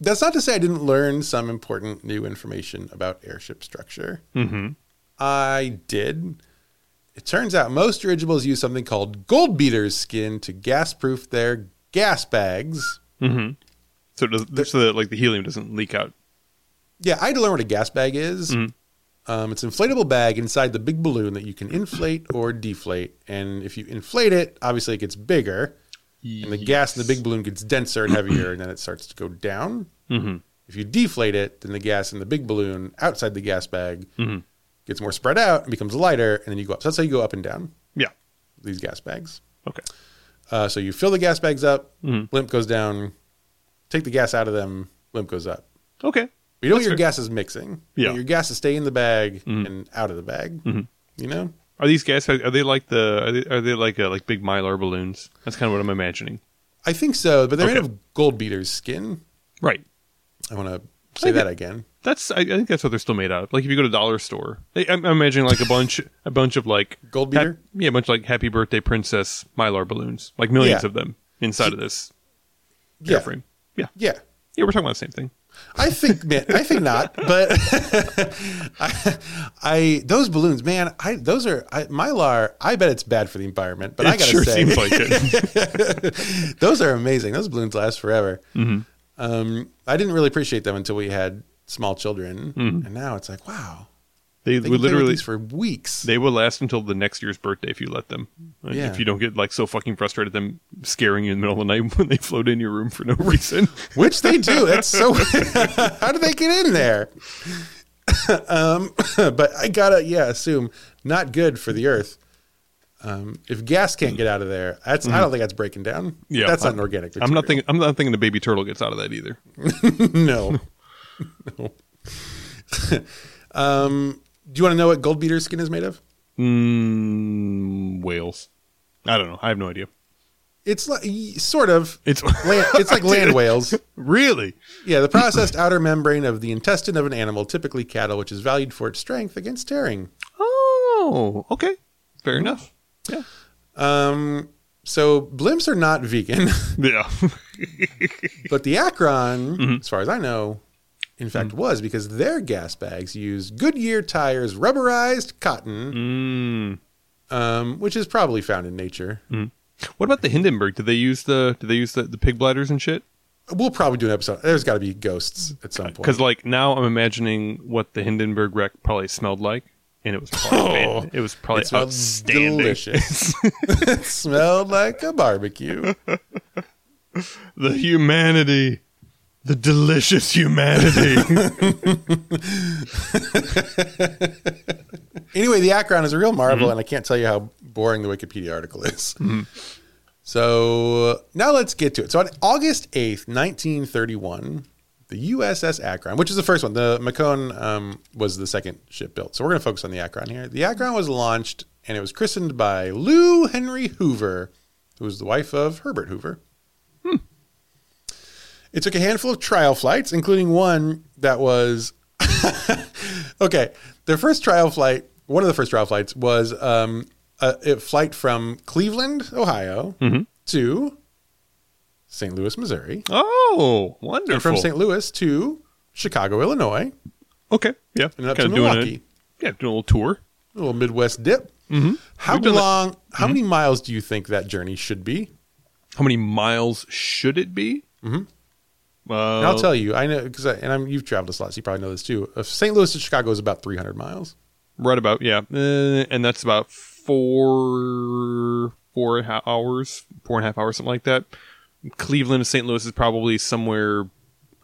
Speaker 1: that's not to say I didn't learn some important new information about airship structure.
Speaker 2: Mm-hmm.
Speaker 1: I did. It turns out most dirigibles use something called gold beater's skin to gas proof their gas bags.
Speaker 2: Mm-hmm. So it does, so that like the helium doesn't leak out.
Speaker 1: Yeah, I had to learn what a gas bag is.
Speaker 2: Mhm.
Speaker 1: Um, it's an inflatable bag inside the big balloon that you can inflate or deflate. And if you inflate it, obviously it gets bigger. And the gas in the big balloon gets denser and heavier, and then it starts to go down.
Speaker 2: Mm-hmm.
Speaker 1: If you deflate it, then the gas in the big balloon outside the gas bag
Speaker 2: Mhm.
Speaker 1: gets more spread out and becomes lighter, and then you go up. So that's how you go up and down
Speaker 2: Yeah.
Speaker 1: these gas bags.
Speaker 2: Okay.
Speaker 1: Uh, so you fill the gas bags up,
Speaker 2: Mhm.
Speaker 1: blimp goes down, take the gas out of them, blimp goes up.
Speaker 2: Okay.
Speaker 1: You know
Speaker 2: That's
Speaker 1: your
Speaker 2: fair.
Speaker 1: gas is mixing.
Speaker 2: Yeah. Mm-hmm.
Speaker 1: Your gas is staying in the bag and out of the bag. You know?
Speaker 2: Are these gas? Are are they like the? Are they, are they like uh, like big mylar balloons? That's kind of what I'm imagining.
Speaker 1: I think so, but they're made
Speaker 2: Okay.
Speaker 1: of gold beater's skin.
Speaker 2: Right.
Speaker 1: I want to say
Speaker 2: Okay.
Speaker 1: that again.
Speaker 2: That's. I, I think that's what they're still made out of. Like if you go to dollar store, they, I'm, I'm imagining like a bunch, a bunch of like
Speaker 1: Gold beater?
Speaker 2: hap- yeah, a bunch of like Happy Birthday Princess mylar balloons, like millions
Speaker 1: Yeah.
Speaker 2: of them inside of this
Speaker 1: Yeah.
Speaker 2: airframe. Yeah.
Speaker 1: Yeah.
Speaker 2: Yeah, we're talking about the same thing.
Speaker 1: I think man, I think not, but I, I those balloons, man, I those are I, Mylar. I bet it's bad for the environment, but I
Speaker 2: it
Speaker 1: gotta
Speaker 2: sure
Speaker 1: say,
Speaker 2: seems like it.
Speaker 1: those are amazing. Those balloons last forever.
Speaker 2: Mm-hmm.
Speaker 1: Um, I didn't really appreciate them until we had small children, and now it's like, wow,
Speaker 2: They,
Speaker 1: they can play with
Speaker 2: would Mm-hmm. literally.
Speaker 1: these for weeks.
Speaker 2: They will last until the next year's birthday if you let them. Like,
Speaker 1: Yeah.
Speaker 2: If you don't get like so fucking frustrated at them scaring you in the middle of the night when they float in your room for no reason.
Speaker 1: which they do. That's so. how do they get in there? um, but I gotta, yeah, assume not good for the Earth. Um, if gas can't get out of there, that's I don't think that's breaking down.
Speaker 2: Yeah,
Speaker 1: that's not an
Speaker 2: I'm-
Speaker 1: organic.
Speaker 2: I'm not
Speaker 1: material.
Speaker 2: thinking. I'm not thinking the baby turtle gets out of that either.
Speaker 1: no. no. um, do you want to know what gold beater skin is made of?
Speaker 2: Mm, whales. I don't know. I have no idea.
Speaker 1: It's like y- sort of.
Speaker 2: It's
Speaker 1: Land, it's like land whales.
Speaker 2: really
Speaker 1: Yeah, the processed outer membrane of the intestine of an animal, typically cattle, which is valued for its strength against tearing.
Speaker 2: oh okay, fair enough. Yeah,
Speaker 1: Um, so blimps are not vegan,
Speaker 2: yeah.
Speaker 1: but the Akron, as far as I know, in fact was because their gas bags use Goodyear tires, rubberized cotton,
Speaker 2: mm.
Speaker 1: um, which is probably found in nature.
Speaker 2: What about the Hindenburg? Did they use the? Did they use the, the pig bladders and shit?
Speaker 1: We'll probably do an episode. There's got to be ghosts at some point.
Speaker 2: Because like now I'm imagining what the Hindenburg wreck probably smelled like, and it was probably
Speaker 1: Oh,
Speaker 2: it was probably
Speaker 1: it smelled
Speaker 2: outstanding.
Speaker 1: delicious. it smelled like a barbecue.
Speaker 2: the humanity, the delicious humanity.
Speaker 1: Anyway, the Akron is a real marvel, and I can't tell you how boring the Wikipedia article is. So now let's get to it. So on August 8th, 1931, the USS Akron, which is the first one, the Macon um, was the second ship built. So we're going to focus on the Akron here. The Akron was launched and it was christened by Lou Henry Hoover, who was the wife of Herbert Hoover. It took a handful of trial flights, including one that was okay. Their first trial flight, one of the first trial flights, was um, a, a flight from Cleveland, Ohio,
Speaker 2: Mm-hmm.
Speaker 1: to St. Louis, Missouri,
Speaker 2: oh, wonderful!
Speaker 1: and from St. Louis to Chicago, Illinois,
Speaker 2: Okay. Yeah.
Speaker 1: and up
Speaker 2: Kinda
Speaker 1: to
Speaker 2: doing a-
Speaker 1: Milwaukee.
Speaker 2: yeah, doing a little tour.
Speaker 1: A little Midwest dip. Mm-hmm. How
Speaker 2: We've done that. Mm-hmm.
Speaker 1: long? How many miles do you think that journey should be?
Speaker 2: How many miles should it be? Mm-hmm.
Speaker 1: And I'll tell you. I know because, and I'm you've traveled a lot, so you probably know this too. If St. Louis to Chicago is about 300 miles.
Speaker 2: right about yeah, uh, and that's about four four and a half hours, four and a half hours, something like that. Cleveland to St. Louis is probably somewhere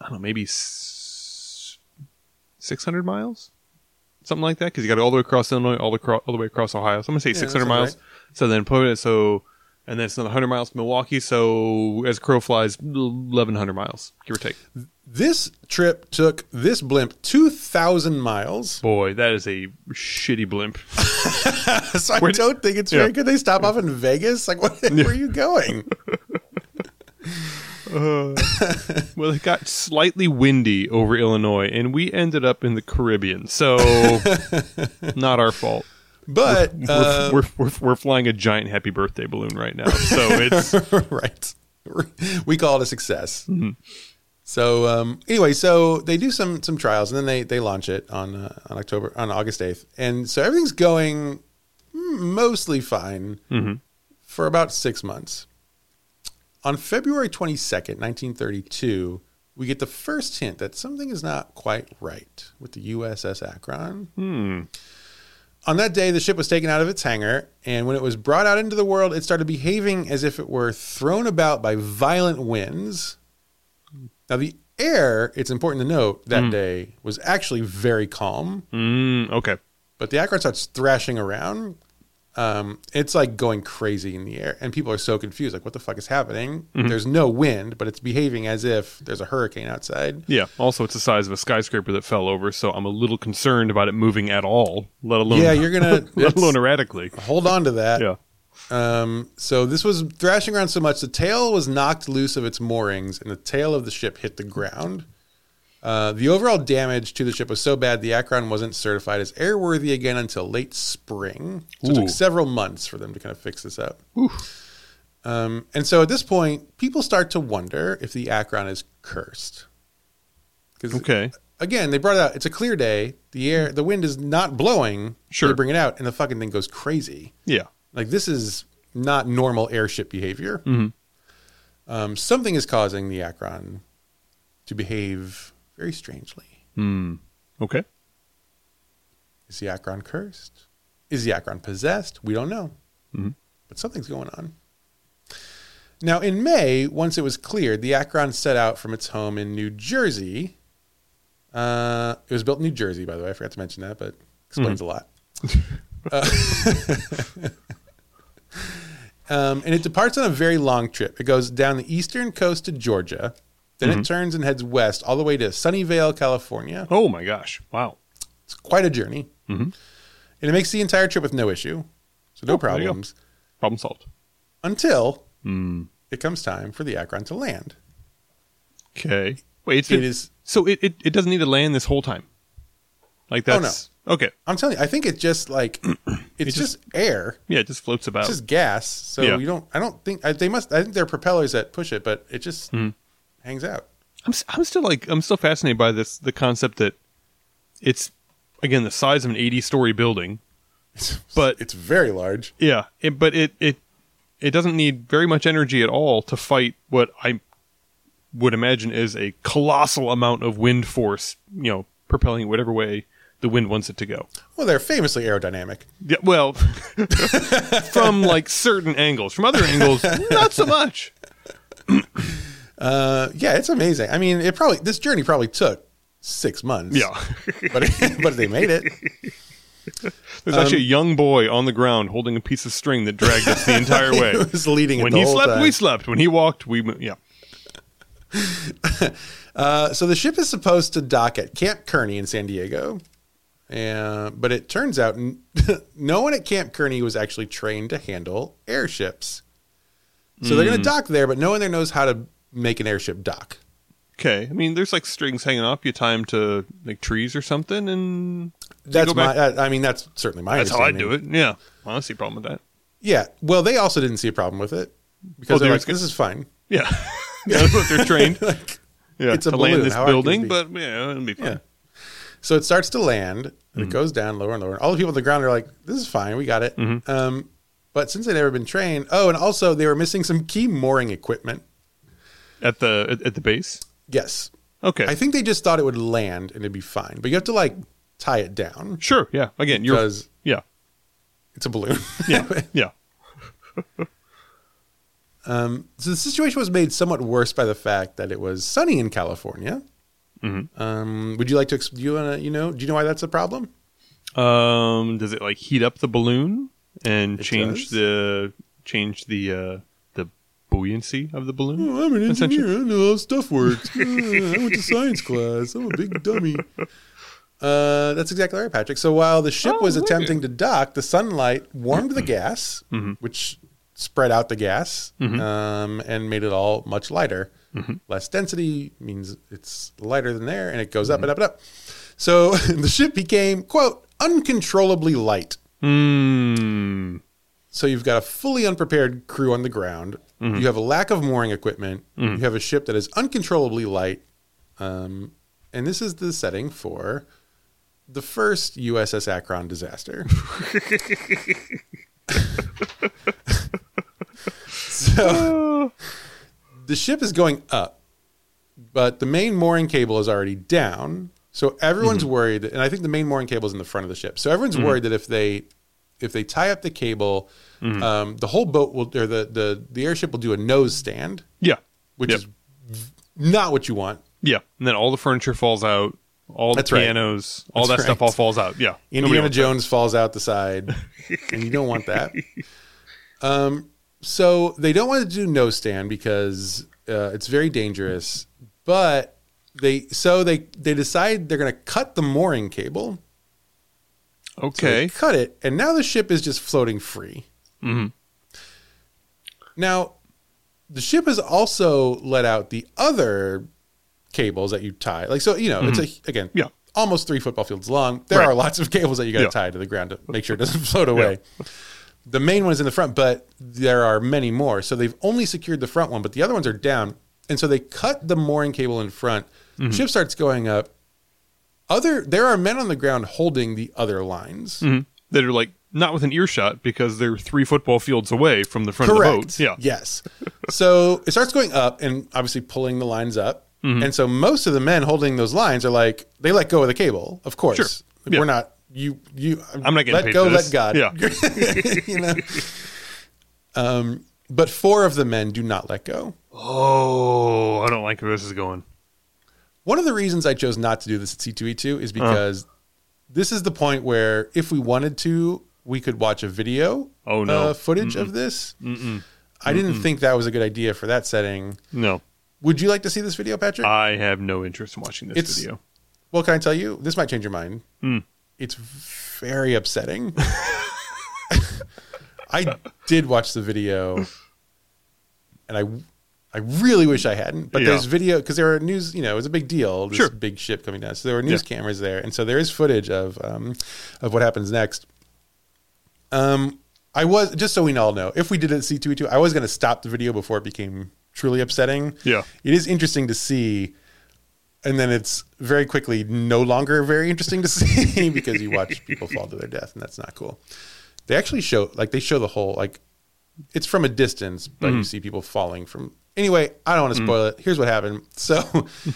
Speaker 2: I don't know, maybe six hundred miles, something like that. Because you got to go all the way across Illinois, all the cro- all the way across Ohio. So I'm gonna say
Speaker 1: that
Speaker 2: six hundred
Speaker 1: sounds
Speaker 2: miles. So then put it so. And then it's another 100 miles to Milwaukee. So, as Crow flies, 1,100 miles, give or take.
Speaker 1: This trip took this blimp 2,000 miles.
Speaker 2: Boy, that is a shitty blimp.
Speaker 1: So I
Speaker 2: Where-
Speaker 1: don't think it's very
Speaker 2: yeah.
Speaker 1: good. They stop off in Vegas. Like, what, where are you going?
Speaker 2: well, it got slightly windy over Illinois, and we ended up in the Caribbean. So, not our fault.
Speaker 1: But, uh,
Speaker 2: we're, we're, we're, we're flying a giant happy birthday balloon right now. So, it's.
Speaker 1: uh, right. We call it a success.
Speaker 2: Mm-hmm.
Speaker 1: So um, anyway, so they do some some trials, and then they they launch it on uh, on October on August eighth, and so everything's going mostly fine
Speaker 2: Mm-hmm.
Speaker 1: for about six months. On February twenty second, nineteen thirty two, we get the first hint that something is not quite right with the USS Akron.
Speaker 2: hmm,
Speaker 1: On that day, the ship was taken out of its hangar, and when it was brought out into the world, it started behaving as if it were thrown about by violent winds. Now, the air, it's important to note, that day was actually very calm,
Speaker 2: Mm, okay.
Speaker 1: but the Akron starts thrashing around. Um, it's like going crazy in the air, and people are so confused. Like, what the fuck is happening? There's no wind, but it's behaving as if there's a hurricane outside.
Speaker 2: Yeah. Also, it's the size of a skyscraper that fell over, so I'm a little concerned about it moving at all, let alone
Speaker 1: Yeah, you're gonna
Speaker 2: let alone
Speaker 1: it's-
Speaker 2: erratically.
Speaker 1: hold on to that.
Speaker 2: Yeah.
Speaker 1: Um, so this was thrashing around so much the tail was knocked loose of its moorings, and the tail of the ship hit the ground. Uh, the overall damage to the ship was so bad the Akron wasn't certified as airworthy again until late spring. So it
Speaker 2: Ooh.
Speaker 1: took several months for them to kind of fix this up. Um, and so at this point, people start to wonder if the Akron is cursed. 'Cause
Speaker 2: Okay.
Speaker 1: again, they brought it out. It's a clear day. The air, the wind is not blowing.
Speaker 2: Sure.
Speaker 1: They bring it out, and the fucking thing goes crazy.
Speaker 2: Yeah.
Speaker 1: Like this is not normal airship behavior. Um, something is causing the Akron to behave very strangely.
Speaker 2: Hmm. Okay.
Speaker 1: Is the Akron cursed? Is the Akron possessed? We don't know.
Speaker 2: Mhm.
Speaker 1: But something's going on. Now, in May, once it was cleared, the Akron set out from its home in New Jersey. Uh, it was built in New Jersey, by the way. I forgot to mention that, but explains a lot. Uh, um, and it departs on a very long trip. It goes down the eastern coast to Georgia, then it turns and heads west all the way to Sunnyvale, California.
Speaker 2: Oh my gosh. Wow.
Speaker 1: It's quite a journey.
Speaker 2: Mhm.
Speaker 1: And it makes the entire trip with no issue. So no
Speaker 2: Oh, there you go.
Speaker 1: problems
Speaker 2: Problem solved.
Speaker 1: until
Speaker 2: Hmm.
Speaker 1: it comes time for the Akron to land.
Speaker 2: Okay. Wait, it's
Speaker 1: It
Speaker 2: been-
Speaker 1: is-
Speaker 2: so it, it, it doesn't need to land this whole time. Like
Speaker 1: Oh, no.
Speaker 2: that's okay.
Speaker 1: I'm telling you, I think it just like it's just, air.
Speaker 2: Yeah, it just floats about.
Speaker 1: It's just gas. So
Speaker 2: Oh. Yeah.
Speaker 1: you don't I don't think I, they must I think they're propellers that push it, but it just
Speaker 2: Mm-hmm.
Speaker 1: hangs out.
Speaker 2: I'm s- I'm still like I'm still fascinated by this the concept that it's again the size of an 80 story building. But-
Speaker 1: it's very large.
Speaker 2: Yeah, it, but it it it doesn't need very much energy at all to fight what I would imagine is a colossal amount of wind force. You know, propelling it whatever way the wind wants it to go.
Speaker 1: Well, they're famously aerodynamic.
Speaker 2: Yeah, well, from like certain angles, from other angles, not so much.
Speaker 1: Uh, yeah, it's amazing. I mean, it probably this journey probably took six months.
Speaker 2: Yeah.
Speaker 1: but but they made it.
Speaker 2: There's actually a
Speaker 1: Um,
Speaker 2: young boy on the ground holding a piece of string that dragged us the entire way.
Speaker 1: It was leading it
Speaker 2: When
Speaker 1: the
Speaker 2: he
Speaker 1: whole
Speaker 2: slept,
Speaker 1: time.
Speaker 2: we slept. When he walked, we mo- yeah.
Speaker 1: Uh, so the ship is supposed to dock at Camp Kearney in San Diego, uh, but it turns out n- no one at Camp Kearney was actually trained to handle airships. So they're
Speaker 2: Hmm.
Speaker 1: going to dock there, but no one there knows how to make an airship dock.
Speaker 2: Okay. I mean, there's like strings hanging off you, tie 'em to like trees or something, and
Speaker 1: That's
Speaker 2: go back-
Speaker 1: my. uh, I mean, that's certainly my.
Speaker 2: that's how I do
Speaker 1: understanding.
Speaker 2: it. Yeah. I don't see a problem with that.
Speaker 1: Yeah. Well, they also didn't see a problem with it because
Speaker 2: Well,
Speaker 1: they're
Speaker 2: they're
Speaker 1: like,
Speaker 2: just gonna-
Speaker 1: "This is fine."
Speaker 2: Yeah. that's what they're trained. yeah.
Speaker 1: it's a
Speaker 2: to
Speaker 1: balloon,
Speaker 2: land this
Speaker 1: how hard can it
Speaker 2: building,
Speaker 1: be?
Speaker 2: but yeah, it'll be fine.
Speaker 1: Yeah. So it starts to land. And
Speaker 2: Hmm.
Speaker 1: It goes down lower and lower. And all the people on the ground are like, "This is fine. We got it."
Speaker 2: Mm-hmm.
Speaker 1: Um, but since they'd never been trained, oh, and also they were missing some key mooring equipment.
Speaker 2: At the at, at the base.
Speaker 1: Yes,
Speaker 2: Okay.
Speaker 1: I think they just thought it would land and it'd be fine. But you have to like tie it down
Speaker 2: sure. Yeah. Again, you're
Speaker 1: because
Speaker 2: yeah
Speaker 1: it's a balloon.
Speaker 2: yeah yeah.
Speaker 1: um, so the situation was made somewhat worse by the fact that it was sunny in California.
Speaker 2: Mhm.
Speaker 1: Um, would you like to? Ex- do you want to? You know? Do you know why that's a problem?
Speaker 2: Um, does it like heat up the balloon and
Speaker 1: It
Speaker 2: change
Speaker 1: does.
Speaker 2: the change the uh the buoyancy of the balloon?
Speaker 1: Oh, I'm an
Speaker 2: Essentially-
Speaker 1: engineer. I know how stuff works. Uh, I went to science class. I'm a big dummy. Uh, that's exactly right, Patrick. So while the ship
Speaker 2: Oh,
Speaker 1: was
Speaker 2: look at-
Speaker 1: attempting to dock, the sunlight warmed the gas,
Speaker 2: Mhm.
Speaker 1: which spread out the gas
Speaker 2: Mhm.
Speaker 1: um, and made it all much lighter.
Speaker 2: Mhm.
Speaker 1: Less density means it's lighter than there, and it goes
Speaker 2: Mm-hmm.
Speaker 1: up and up and up. So the ship became, quote, uncontrollably light.
Speaker 2: Hmm.
Speaker 1: So you've got a fully unprepared crew on the ground. You have a lack of mooring equipment. You have a ship that is uncontrollably light. Um, and this is the setting for the first USS Akron disaster. so
Speaker 2: Uh,
Speaker 1: the ship is going up, but the main mooring cable is already down. So everyone's
Speaker 2: Mm-hmm.
Speaker 1: worried, and I think the main mooring cable is in the front of the ship. So everyone's worried that if they if they tie up the cable,
Speaker 2: Mm-hmm.
Speaker 1: um, the whole boat will or the the the airship will do a nose stand,
Speaker 2: yeah.
Speaker 1: which
Speaker 2: Yep.
Speaker 1: is not what you want.
Speaker 2: Yeah. And then all the furniture falls out. all the
Speaker 1: That's right.
Speaker 2: pianos, all
Speaker 1: That's
Speaker 2: that stuff
Speaker 1: right.
Speaker 2: all falls out. Yeah. Nobody
Speaker 1: Indiana
Speaker 2: wants
Speaker 1: Jones falls out the side, and you don't want that. Um, so they don't want to do no stand because uh, it's very dangerous. But they so they they decide they're going to cut the mooring cable.
Speaker 2: that.
Speaker 1: So they
Speaker 2: Okay.
Speaker 1: cut it, and now the ship is just floating free.
Speaker 2: Mhm.
Speaker 1: Now, the ship has also let out the other cables that you tie. Like so, you know, it's a again,
Speaker 2: Mm-hmm. Yeah.
Speaker 1: almost three football fields long. There
Speaker 2: Right.
Speaker 1: are lots of cables that you got to
Speaker 2: Yeah.
Speaker 1: tie to the ground to make sure it doesn't float away. The main one is in the front, but there are many more. So they've only secured the front one, but the other ones are down. And so they cut the mooring cable in front.
Speaker 2: Mm-hmm.
Speaker 1: Ship starts going up. Other there are men on the ground holding the other lines.
Speaker 2: Mhm. That are like not with an earshot because they're three football fields away from the front of the boat. Yeah.
Speaker 1: Yes. so it starts going up and obviously pulling the lines up.
Speaker 2: Mm-hmm.
Speaker 1: And so most of the men holding those lines are like, they let go of the cable, of course.
Speaker 2: Sure.
Speaker 1: Like,
Speaker 2: Yeah.
Speaker 1: We're not, you, you,
Speaker 2: I'm not getting
Speaker 1: let
Speaker 2: paid
Speaker 1: go,
Speaker 2: for
Speaker 1: let
Speaker 2: this.
Speaker 1: God.
Speaker 2: Yeah.
Speaker 1: you know? Um, but four of the men do not let go.
Speaker 2: Oh, I don't like where this is going.
Speaker 1: One of the reasons I chose not to do this at C2E2
Speaker 2: Uh-huh.
Speaker 1: is because this is the point where if we wanted to, we could watch a video
Speaker 2: Oh, no.
Speaker 1: uh, footage of this. I didn't think that was a good idea for that setting.
Speaker 2: No,
Speaker 1: Would you like to see this video, Patrick?
Speaker 2: I have no interest in watching this
Speaker 1: It's-
Speaker 2: video.
Speaker 1: well, can I tell you? This might change your mind.
Speaker 2: Hmm.
Speaker 1: It's very upsetting. I did watch the video, and I, I really wish I hadn't. But
Speaker 2: Yeah.
Speaker 1: there's video because there are news. You know, it was a big deal. This
Speaker 2: Sure.
Speaker 1: big ship coming down. So there were news cameras there, and so there is footage of um, of what happens next. Um, I was just so we all know if we did it C two E two, I was going to stop the video before it became truly upsetting.
Speaker 2: Yeah.
Speaker 1: it is interesting to see, and then it's very quickly no longer very interesting to see because you watch people fall to their death, and that's not cool. They actually show like they show the whole like it's from a distance, but you see people falling from. Anyway, I don't want to spoil it. Here's what happened. So,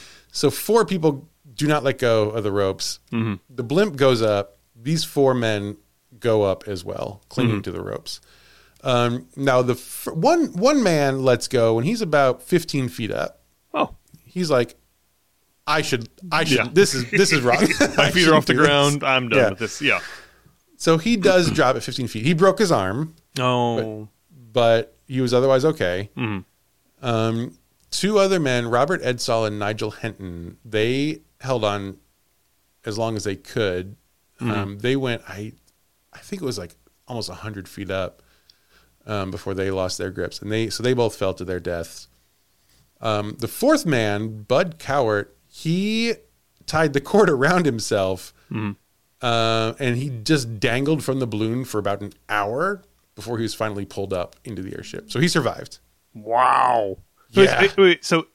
Speaker 1: so four people do not let go of the ropes. The blimp goes up. These four men go up as well, clinging
Speaker 2: Mm-hmm.
Speaker 1: to the ropes. Um, now the f- one one man lets go when he's about 15 feet up.
Speaker 2: Oh,
Speaker 1: He's like, I should, I should.
Speaker 2: Yeah.
Speaker 1: This is this is wrong.
Speaker 2: my feet are off the ground. I'm done
Speaker 1: Yeah.
Speaker 2: with this. Yeah.
Speaker 1: So he does drop at 15 feet. He broke his arm.
Speaker 2: Oh,
Speaker 1: but he was otherwise okay. Um, two other men, Robert Edsall and Nigel Henton, they held on as long as they could. Um, they went, I, I think it was like almost hundred feet up um, before they lost their grips, and they so they both fell to their deaths. Um, the fourth man, Bud Cowart, he tied the cord around himself, uh, and he just dangled from the balloon for about an hour before he was finally pulled up into the airship. So he survived.
Speaker 2: wow. So it's-
Speaker 1: Yeah.
Speaker 2: wait, wait, so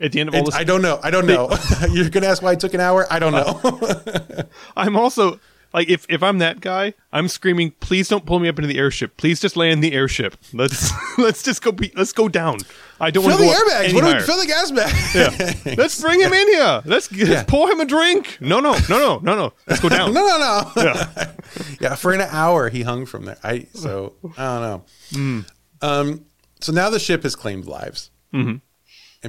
Speaker 2: at the end of all
Speaker 1: And
Speaker 2: this,
Speaker 1: I don't know. I don't know. You're gonna ask why it took an hour? I don't know.
Speaker 2: I'm also like, if if I'm that guy, I'm screaming, please don't pull me up into the airship. Please just land the airship. Let's let's just go. Be, let's go down. I don't
Speaker 1: fill
Speaker 2: want
Speaker 1: the
Speaker 2: to go up
Speaker 1: airbags.
Speaker 2: any
Speaker 1: What do we
Speaker 2: higher.
Speaker 1: fill the gas bag?
Speaker 2: Yeah. Let's bring him in here. Let's, let's
Speaker 1: Yeah.
Speaker 2: pour him a drink. No, no, no, no, no, no. Let's go down.
Speaker 1: no, no, no.
Speaker 2: Yeah.
Speaker 1: yeah, for an hour he hung from there. I so I don't know. Um, so now the ship has claimed lives, and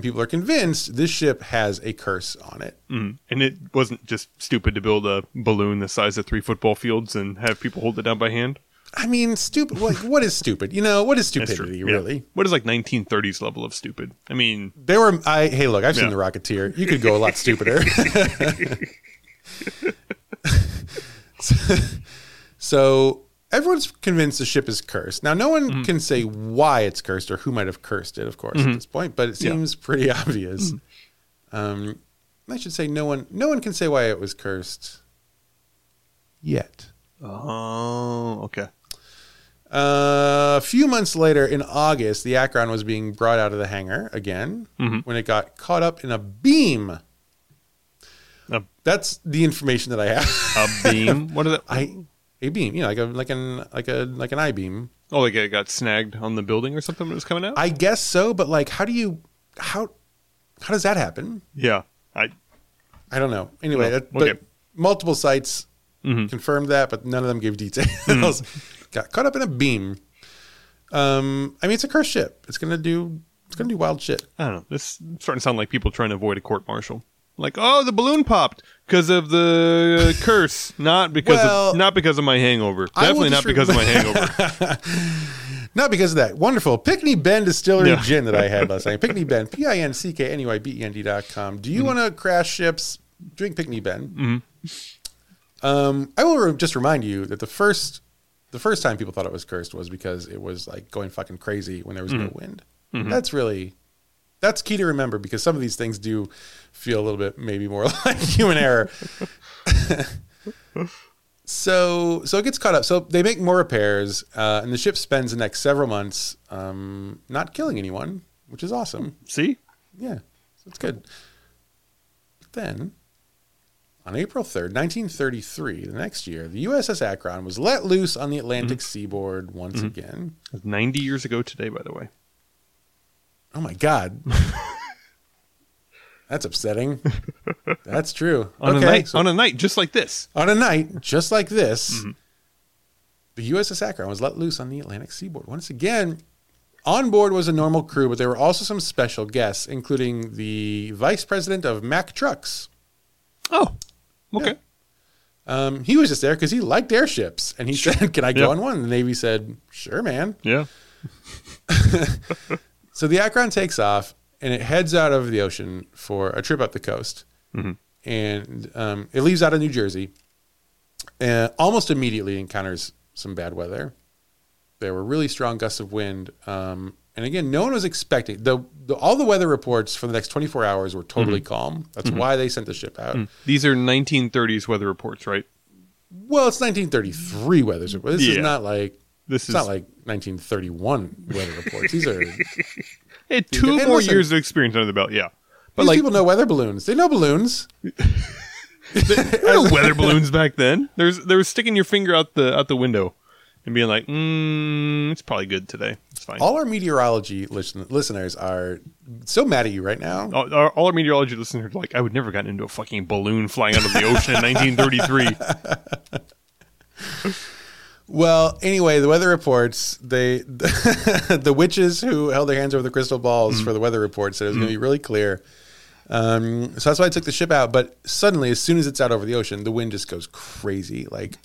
Speaker 1: people are convinced this ship has a curse on it.
Speaker 2: Mm. And it wasn't just stupid to build a balloon the size of three football fields and have people hold it down by hand.
Speaker 1: I mean, stupid. Like, what is stupid? You know, what is stupidity
Speaker 2: Yeah.
Speaker 1: really?
Speaker 2: What is like 1930s level of stupid? I mean,
Speaker 1: There were. I hey, look, I've seen
Speaker 2: Yeah.
Speaker 1: the Rocketeer. You could go a lot stupider. so everyone's convinced the ship is cursed. Now, no one
Speaker 2: Mm-hmm.
Speaker 1: can say why it's cursed or who might have cursed it, of course, at this point. But it
Speaker 2: Yeah. Mm-hmm.
Speaker 1: seems pretty obvious. Um, I should say no one. No one can say why it was cursed yet.
Speaker 2: oh, okay.
Speaker 1: Uh, a few months later, in August, the Akron was being brought out of the hangar again
Speaker 2: Mhm.
Speaker 1: when it got caught up in a beam.
Speaker 2: A-
Speaker 1: That's the information that I have.
Speaker 2: A beam? what is that?
Speaker 1: I a beam, you know, like a like an like a like an I beam.
Speaker 2: Oh, like it got snagged on the building or something when it was coming out?
Speaker 1: I guess so, but like, how do you how how does that happen?
Speaker 2: yeah. I
Speaker 1: I don't know. Anyway,
Speaker 2: Well,
Speaker 1: that- but
Speaker 2: okay.
Speaker 1: multiple sites
Speaker 2: Mhm.
Speaker 1: confirmed that, but none of them gave details.
Speaker 2: Mm-hmm.
Speaker 1: Got caught up in a beam. Um, I mean, it's a cursed ship. It's gonna do. It's gonna do wild shit.
Speaker 2: I don't know. This is starting to sound like people trying to avoid a court martial. Like, oh, the balloon popped because of the curse, not because
Speaker 1: Well,
Speaker 2: of not because of my hangover.
Speaker 1: I will
Speaker 2: Definitely
Speaker 1: just
Speaker 2: not because of my hangover.
Speaker 1: Not because of that wonderful Pickney Bend Distillery
Speaker 2: Yeah.
Speaker 1: gin that I had last night. Pickney Bend, P I N C K N E Y B E N D dot com. Do you want to crash ships? Drink Pickney Bend. Um, I will re- just remind you that the first the first time people thought it was cursed was because it was like going fucking crazy when there was no wind. That's really that's key to remember because some of these things do feel a little bit maybe more like human error. So so it gets caught up. So they make more repairs, uh, and the ship spends the next several months um, not killing anyone, which is awesome.
Speaker 2: See,
Speaker 1: Yeah, so it's good. But then, on April third, nineteen thirty-three, the next year, the USS Akron was let loose on the Atlantic
Speaker 2: Mm-hmm.
Speaker 1: seaboard once again.
Speaker 2: That's ninety years ago today, by the way.
Speaker 1: Oh my God. That's upsetting. That's true.
Speaker 2: On a night,
Speaker 1: so-
Speaker 2: on a night just like this.
Speaker 1: on a night just like this, the USS Akron was let loose on the Atlantic seaboard. Once again, on board was a normal crew, but there were also some special guests, including the vice president of Mack Trucks.
Speaker 2: Oh, okay.
Speaker 1: Yeah. Um, he was just there because he liked airships, and he said, "Can I go
Speaker 2: Yeah.
Speaker 1: on one?" And the Navy said, "Sure, man."
Speaker 2: Yeah.
Speaker 1: So the Akron takes off and it heads out of the ocean for a trip up the coast,
Speaker 2: Mm-hmm.
Speaker 1: and um, it leaves out of New Jersey. And almost immediately encounters some bad weather. There were really strong gusts of wind, um, and again, no one was expecting. The, the all the weather reports for the next 24 hours were totally
Speaker 2: Mm-hmm.
Speaker 1: calm. That's why they sent the ship out.
Speaker 2: These are 1930s weather reports, right?
Speaker 1: Well, it's 1933 weather. so This is
Speaker 2: Yeah.
Speaker 1: not like
Speaker 2: This
Speaker 1: It's
Speaker 2: is
Speaker 1: not like 1931 weather reports. These are these
Speaker 2: Hey, two
Speaker 1: and
Speaker 2: more
Speaker 1: listen-
Speaker 2: years of experience under the belt. Yeah, but like
Speaker 1: people know weather balloons. They know balloons.
Speaker 2: there were no weather balloons back then. There's there was sticking your finger out the out the window and being like, mm, it's probably good today. It's fine. All,
Speaker 1: All our meteorology listen, listeners are so mad at you right now.
Speaker 2: our, all our meteorology listeners are like, I would never gotten into a fucking balloon flying out of the ocean in 1933.
Speaker 1: Well, anyway, the weather reports they the witches who held their hands over the crystal balls for the weather reports said it was going to be really clear. Um, so that's why I took the ship out. But suddenly, as soon as it's out over the ocean, the wind just goes crazy, like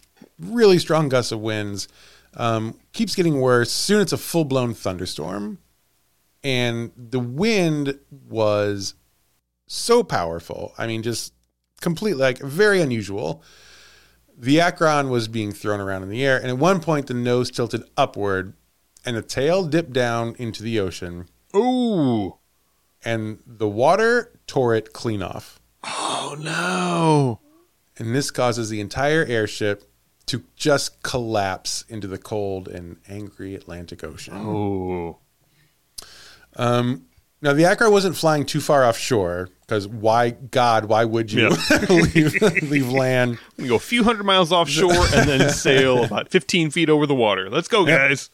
Speaker 1: really strong gusts of winds. Um, keeps getting worse. Soon it's a full blown thunderstorm, and the wind was so powerful. I mean, just completely like very unusual. The Akron was being thrown around in the air, and at one point the nose tilted upward and the tail dipped down into the ocean,
Speaker 2: Ooh,
Speaker 1: and the water tore it clean off.
Speaker 2: oh no!
Speaker 1: And this causes the entire airship to just collapse into the cold and angry Atlantic Ocean. Um,
Speaker 2: Oh,
Speaker 1: Now, the Akron wasn't flying too far offshore because why, God, why would you leave, leave land?
Speaker 2: we go a few hundred miles offshore and then sail about 15 feet over the water. Let's go, guys.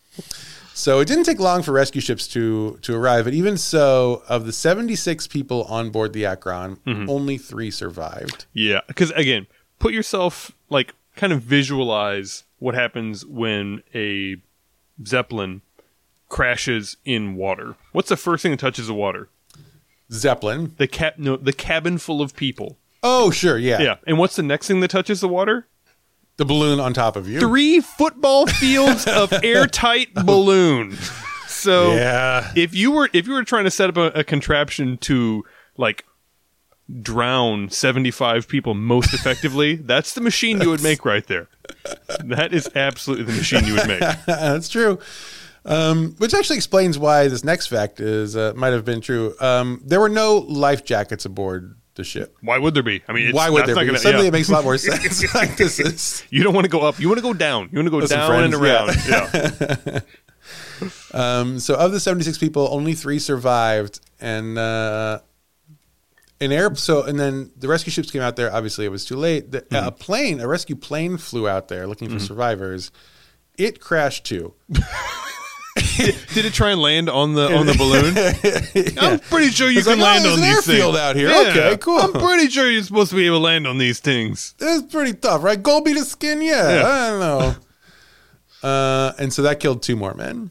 Speaker 1: So it didn't take long for rescue ships to to arrive, but even so, of the 76 people on board the Akron,
Speaker 2: Mm-hmm.
Speaker 1: only three survived.
Speaker 2: Yeah, because again, put yourself like kind of visualize what happens when a zeppelin crashes in water. What's the first thing that touches the water?
Speaker 1: Zeppelin.
Speaker 2: The cap, no, the cabin full of people.
Speaker 1: Oh, sure, yeah.
Speaker 2: Yeah, and what's the next thing that touches the water?
Speaker 1: The balloon on top of you.
Speaker 2: Three football fields of airtight balloon. So
Speaker 1: Yeah.
Speaker 2: if you were if you were trying to set up a, a contraption to like drown 75 people most effectively that's the machine you would make right there that is absolutely the machine you would make
Speaker 1: That's true. Um, which actually explains why this next fact is uh, might have been true. Um, there were no life jackets aboard the ship.
Speaker 2: why would there be i mean it's,
Speaker 1: Why would
Speaker 2: that's
Speaker 1: there
Speaker 2: not
Speaker 1: be?
Speaker 2: gonna-
Speaker 1: Suddenly
Speaker 2: yeah.
Speaker 1: it makes a lot more sense. like this is
Speaker 2: you don't want to go up you want to go down you want to go
Speaker 1: Listen,
Speaker 2: down and around
Speaker 1: friends,
Speaker 2: yeah,
Speaker 1: Um, so of the 76 people, only three survived, and uh, an air. So and then the rescue ships came out there. Obviously, it was too late. The, A plane, a rescue plane, flew out there looking for survivors. It crashed too.
Speaker 2: did it try and land on the on the balloon i'm pretty sure you
Speaker 1: It's
Speaker 2: can
Speaker 1: like, oh,
Speaker 2: land
Speaker 1: there's
Speaker 2: on
Speaker 1: an
Speaker 2: these
Speaker 1: airfield
Speaker 2: things
Speaker 1: out here.
Speaker 2: Yeah.
Speaker 1: Okay, cool.
Speaker 2: i'm pretty sure you're supposed to be able to land on these things
Speaker 1: It was pretty tough, right? Gold beat his skin. Yeah,
Speaker 2: Yeah.
Speaker 1: I don't know. uh, and so that killed two more men.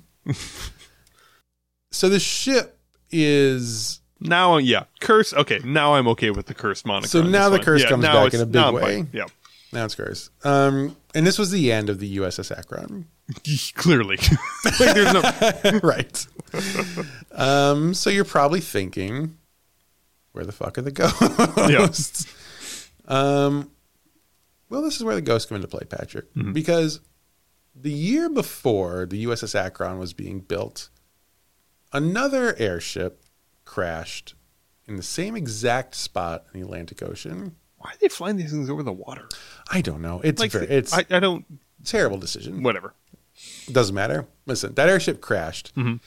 Speaker 1: so the ship is
Speaker 2: Now, yeah, curse. Okay, now I'm okay with the curse moniker.
Speaker 1: So
Speaker 2: on
Speaker 1: now the
Speaker 2: this one.
Speaker 1: curse
Speaker 2: Yeah,
Speaker 1: comes
Speaker 2: now
Speaker 1: back
Speaker 2: it's-
Speaker 1: in a big
Speaker 2: now I'm
Speaker 1: way.
Speaker 2: fine. Yeah,
Speaker 1: Now it's gross. Um, and this was the end of the USS Akron.
Speaker 2: clearly, like there's no.
Speaker 1: right. um, so you're probably thinking, where the fuck are the ghosts? Um, well, this is where the ghosts come into play, Patrick,
Speaker 2: Mm-hmm.
Speaker 1: because the year before the USS Akron was being built, another airship crashed in the same exact spot in the Atlantic Ocean.
Speaker 2: Why are they flying these things over the water?
Speaker 1: I don't know. It's
Speaker 2: Like,
Speaker 1: very, it's
Speaker 2: I, I don't.
Speaker 1: terrible decision.
Speaker 2: Whatever.
Speaker 1: doesn't matter. Listen, that airship crashed.
Speaker 2: Mhm.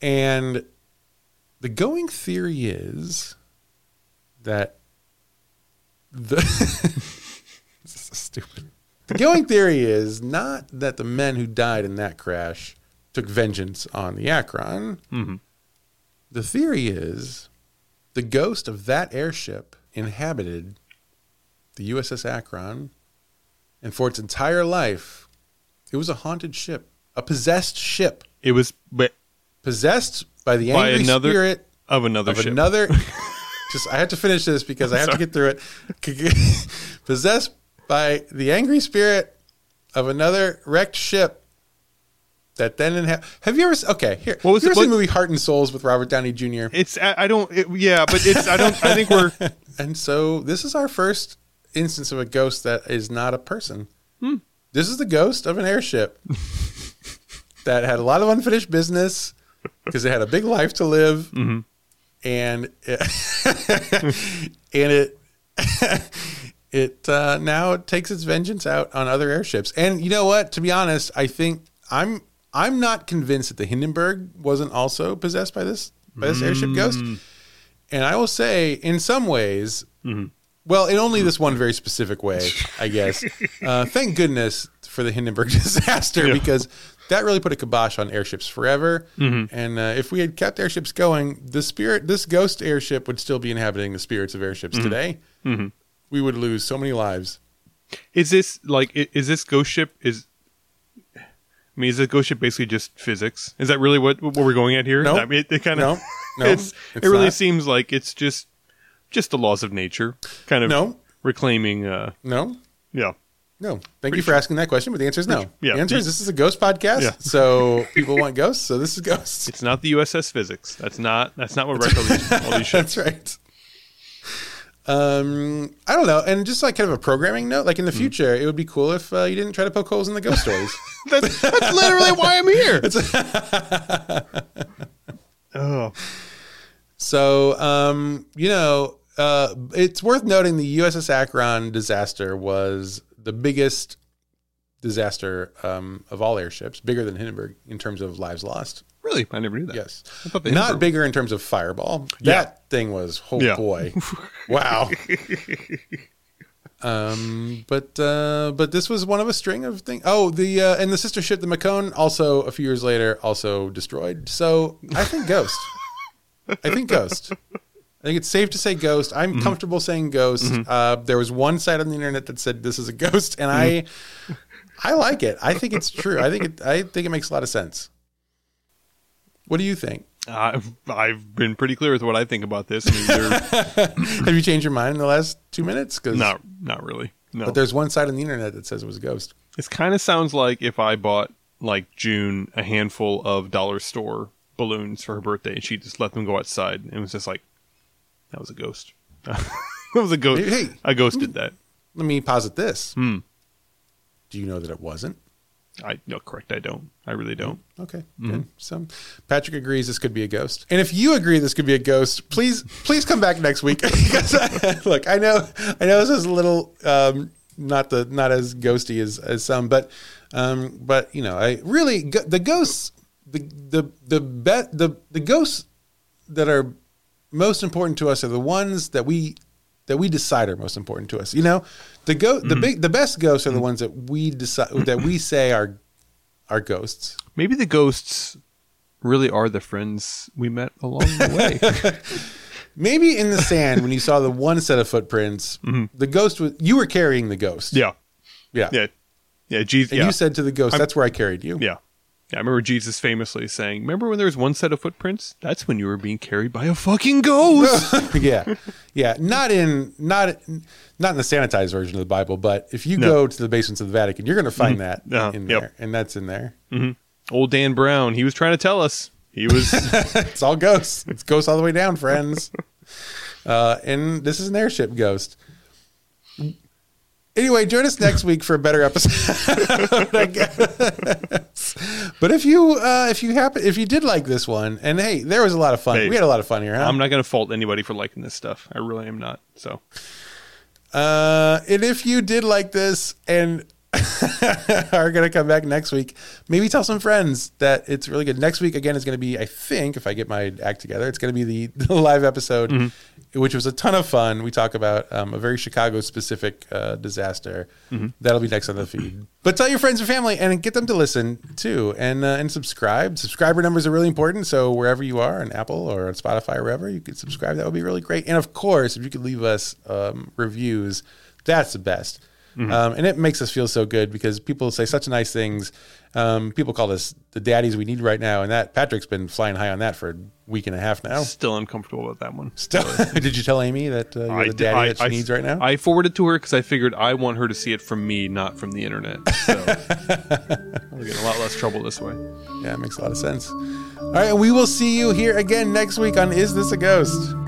Speaker 1: And the going theory is that the this is stupid. The going theory is not that the men who died in that crash took vengeance on the Akron.
Speaker 2: Mhm.
Speaker 1: The theory is the ghost of that airship inhabited the USS Akron, and for its entire life, it was a haunted ship, a possessed ship,
Speaker 2: It was but
Speaker 1: possessed by the
Speaker 2: By
Speaker 1: angry
Speaker 2: another
Speaker 1: spirit
Speaker 2: of another
Speaker 1: of
Speaker 2: ship.
Speaker 1: another. just I have to finish this because I have to get through it. possessed by the angry spirit of another wrecked ship. That then inha- have you ever s- okay here
Speaker 2: What was
Speaker 1: you
Speaker 2: it-
Speaker 1: ever seen
Speaker 2: what-
Speaker 1: the movie Heart and Souls with Robert Downey Jr.
Speaker 2: It's I, I don't. It, yeah, but it's I don't. I think we're.
Speaker 1: And so this is our first instance of a ghost that is not a person. This is the ghost of an airship that had a lot of unfinished business because it had a big life to live, and it, and it it uh, now it takes its vengeance out on other airships. And you know what? To be honest, I think I'm I'm not convinced that the Hindenburg wasn't also possessed by this by this airship ghost. And I will say, in some ways,
Speaker 2: Mm-hmm.
Speaker 1: well, in only this one very specific way, I guess. uh, thank goodness for the Hindenburg disaster because that really put a kibosh on airships forever.
Speaker 2: Mm-hmm.
Speaker 1: And uh, if we had kept airships going, the spirit, this ghost airship, would still be inhabiting the spirits of
Speaker 2: Mm-hmm.
Speaker 1: airships today. We would lose so many lives.
Speaker 2: Is this like? i- Is this ghost ship? Is I mean, is this ghost ship basically just physics? Is that really what what we're going at here?
Speaker 1: No.
Speaker 2: I mean, it, kind
Speaker 1: No,
Speaker 2: of.
Speaker 1: no,
Speaker 2: it's,
Speaker 1: it's
Speaker 2: it really
Speaker 1: not.
Speaker 2: seems like it's just just the laws of nature, kind of
Speaker 1: No.
Speaker 2: reclaiming. Uh,
Speaker 1: No,
Speaker 2: yeah,
Speaker 1: no. Thank you for asking that question, but the answer is no.
Speaker 2: yeah.
Speaker 1: The answer is this is a ghost podcast,
Speaker 2: Yeah.
Speaker 1: so people want ghosts, so this is ghosts.
Speaker 2: it's not the USS physics. That's not that's not what wrecked all these, all these ships.
Speaker 1: That's right. Um, I don't know, and just like kind of a programming note, like in the future, it would be cool if uh, you didn't try to poke holes in the ghost stories.
Speaker 2: That's, that's literally why I'm here. oh,
Speaker 1: So, um, you know, uh, it's worth noting the USS Akron disaster was the biggest disaster um, of all airships, bigger than Hindenburg in terms of lives lost.
Speaker 2: really? I never knew that.
Speaker 1: Yes,
Speaker 2: I thought they
Speaker 1: not
Speaker 2: were-
Speaker 1: bigger in terms of fireball.
Speaker 2: Yeah.
Speaker 1: That thing was, oh
Speaker 2: Yeah.
Speaker 1: boy, wow. um, but uh, but this was one of a string of things. Oh, the uh, and the sister ship, the Macone, also a few years later, also destroyed. So I think Ghost. I think Ghost. I think it's safe to say Ghost. I'm
Speaker 2: Mm-hmm.
Speaker 1: comfortable saying Ghost. Uh, there was one site on the internet that said this is a ghost, and
Speaker 2: Mm-hmm.
Speaker 1: I I like it. I think it's true. I think it, I think it makes a lot of sense. What do you think?
Speaker 2: I've, I've been pretty clear with what I think about this. I mean, they're
Speaker 1: Have you changed your mind in the last two minutes? Because
Speaker 2: not not really. No,
Speaker 1: but there's one site on the internet that says it was a ghost.
Speaker 2: it kind of sounds like if I bought like June a handful of dollar store balloons for her birthday, and she just let them go outside, and was just like, "That was a ghost. that was a ghost.
Speaker 1: Hey, hey.
Speaker 2: I ghosted that.
Speaker 1: Let me posit this.
Speaker 2: Hmm.
Speaker 1: Do you know that it wasn't?
Speaker 2: I no, correct. I don't. I really
Speaker 1: Mm-hmm.
Speaker 2: don't.
Speaker 1: Okay. good. So Patrick agrees this could be a ghost. And if you agree this could be a ghost, please please come back next week. Because I, look, I know I know this is a little um, not the not as ghosty as, as some, but um, but you know, I really go- the ghosts the the the bet the the ghosts that are most important to us are the ones that we that we decide are most important to us. You know, the go the big the best ghosts are the ones that we decide that we say are are ghosts.
Speaker 2: Maybe the ghosts really are the friends we met along the way.
Speaker 1: Maybe in the sand when you saw the one set of footprints, the ghost was you were carrying the ghost.
Speaker 2: Mm-hmm. yeah,
Speaker 1: Yeah.
Speaker 2: yeah, yeah. Jesus.
Speaker 1: And
Speaker 2: Yeah.
Speaker 1: you said to the ghost, That's where I carried you.
Speaker 2: yeah. Yeah, I remember Jesus famously saying, "Remember when there was one set of footprints? That's when you were being carried by a fucking ghost."
Speaker 1: yeah, yeah. Not in not not in the sanitized version of the Bible, but if you go to the basements of the Vatican, you're going to find that
Speaker 2: Uh-huh.
Speaker 1: in
Speaker 2: Yep.
Speaker 1: there, and that's in there.
Speaker 2: Old Dan Brown, he was trying to tell us. He was
Speaker 1: it's all ghosts. It's ghosts all the way down, friends. Uh, and this is an airship ghost. Anyway, join us next week for a better episode. I guess. But if you uh, if you happen if you did like this one, and hey, there was a lot of fun.
Speaker 2: Hey,
Speaker 1: we had a lot of fun here. Huh?
Speaker 2: I'm not going to fault anybody for liking this stuff. I really am not. So,
Speaker 1: Uh, and if you did like this and are going to come back next week, maybe tell some friends that it's really good. Next week, again, is going to be, I think, if I get my act together, it's going to be the, the live episode, which was a ton of fun. We talk about um, a very Chicago specific uh, disaster. That'll be next on the feed. But tell your friends and family and get them to listen too and, uh, and subscribe. Subscriber numbers are really important. So wherever you are on Apple or on Spotify or wherever, you can subscribe. That would be really great. And of course, if you could leave us um, reviews, that's the best.
Speaker 2: Mm-hmm.
Speaker 1: Um, and it makes us feel so good because people say such nice things. Um, people call us the daddies we need right now, and that Patrick's been flying high on that for a week and a half now.
Speaker 2: still uncomfortable about that one.
Speaker 1: Still, did you tell Amy that uh, you're the
Speaker 2: d-
Speaker 1: daddy that she needs right now?
Speaker 2: I forwarded to her because I figured I want her to see it from me, not from the internet. So I'll get a lot less trouble this way.
Speaker 1: yeah, it makes a lot of sense. All right, and we will see you here again next week on Is This a Ghost?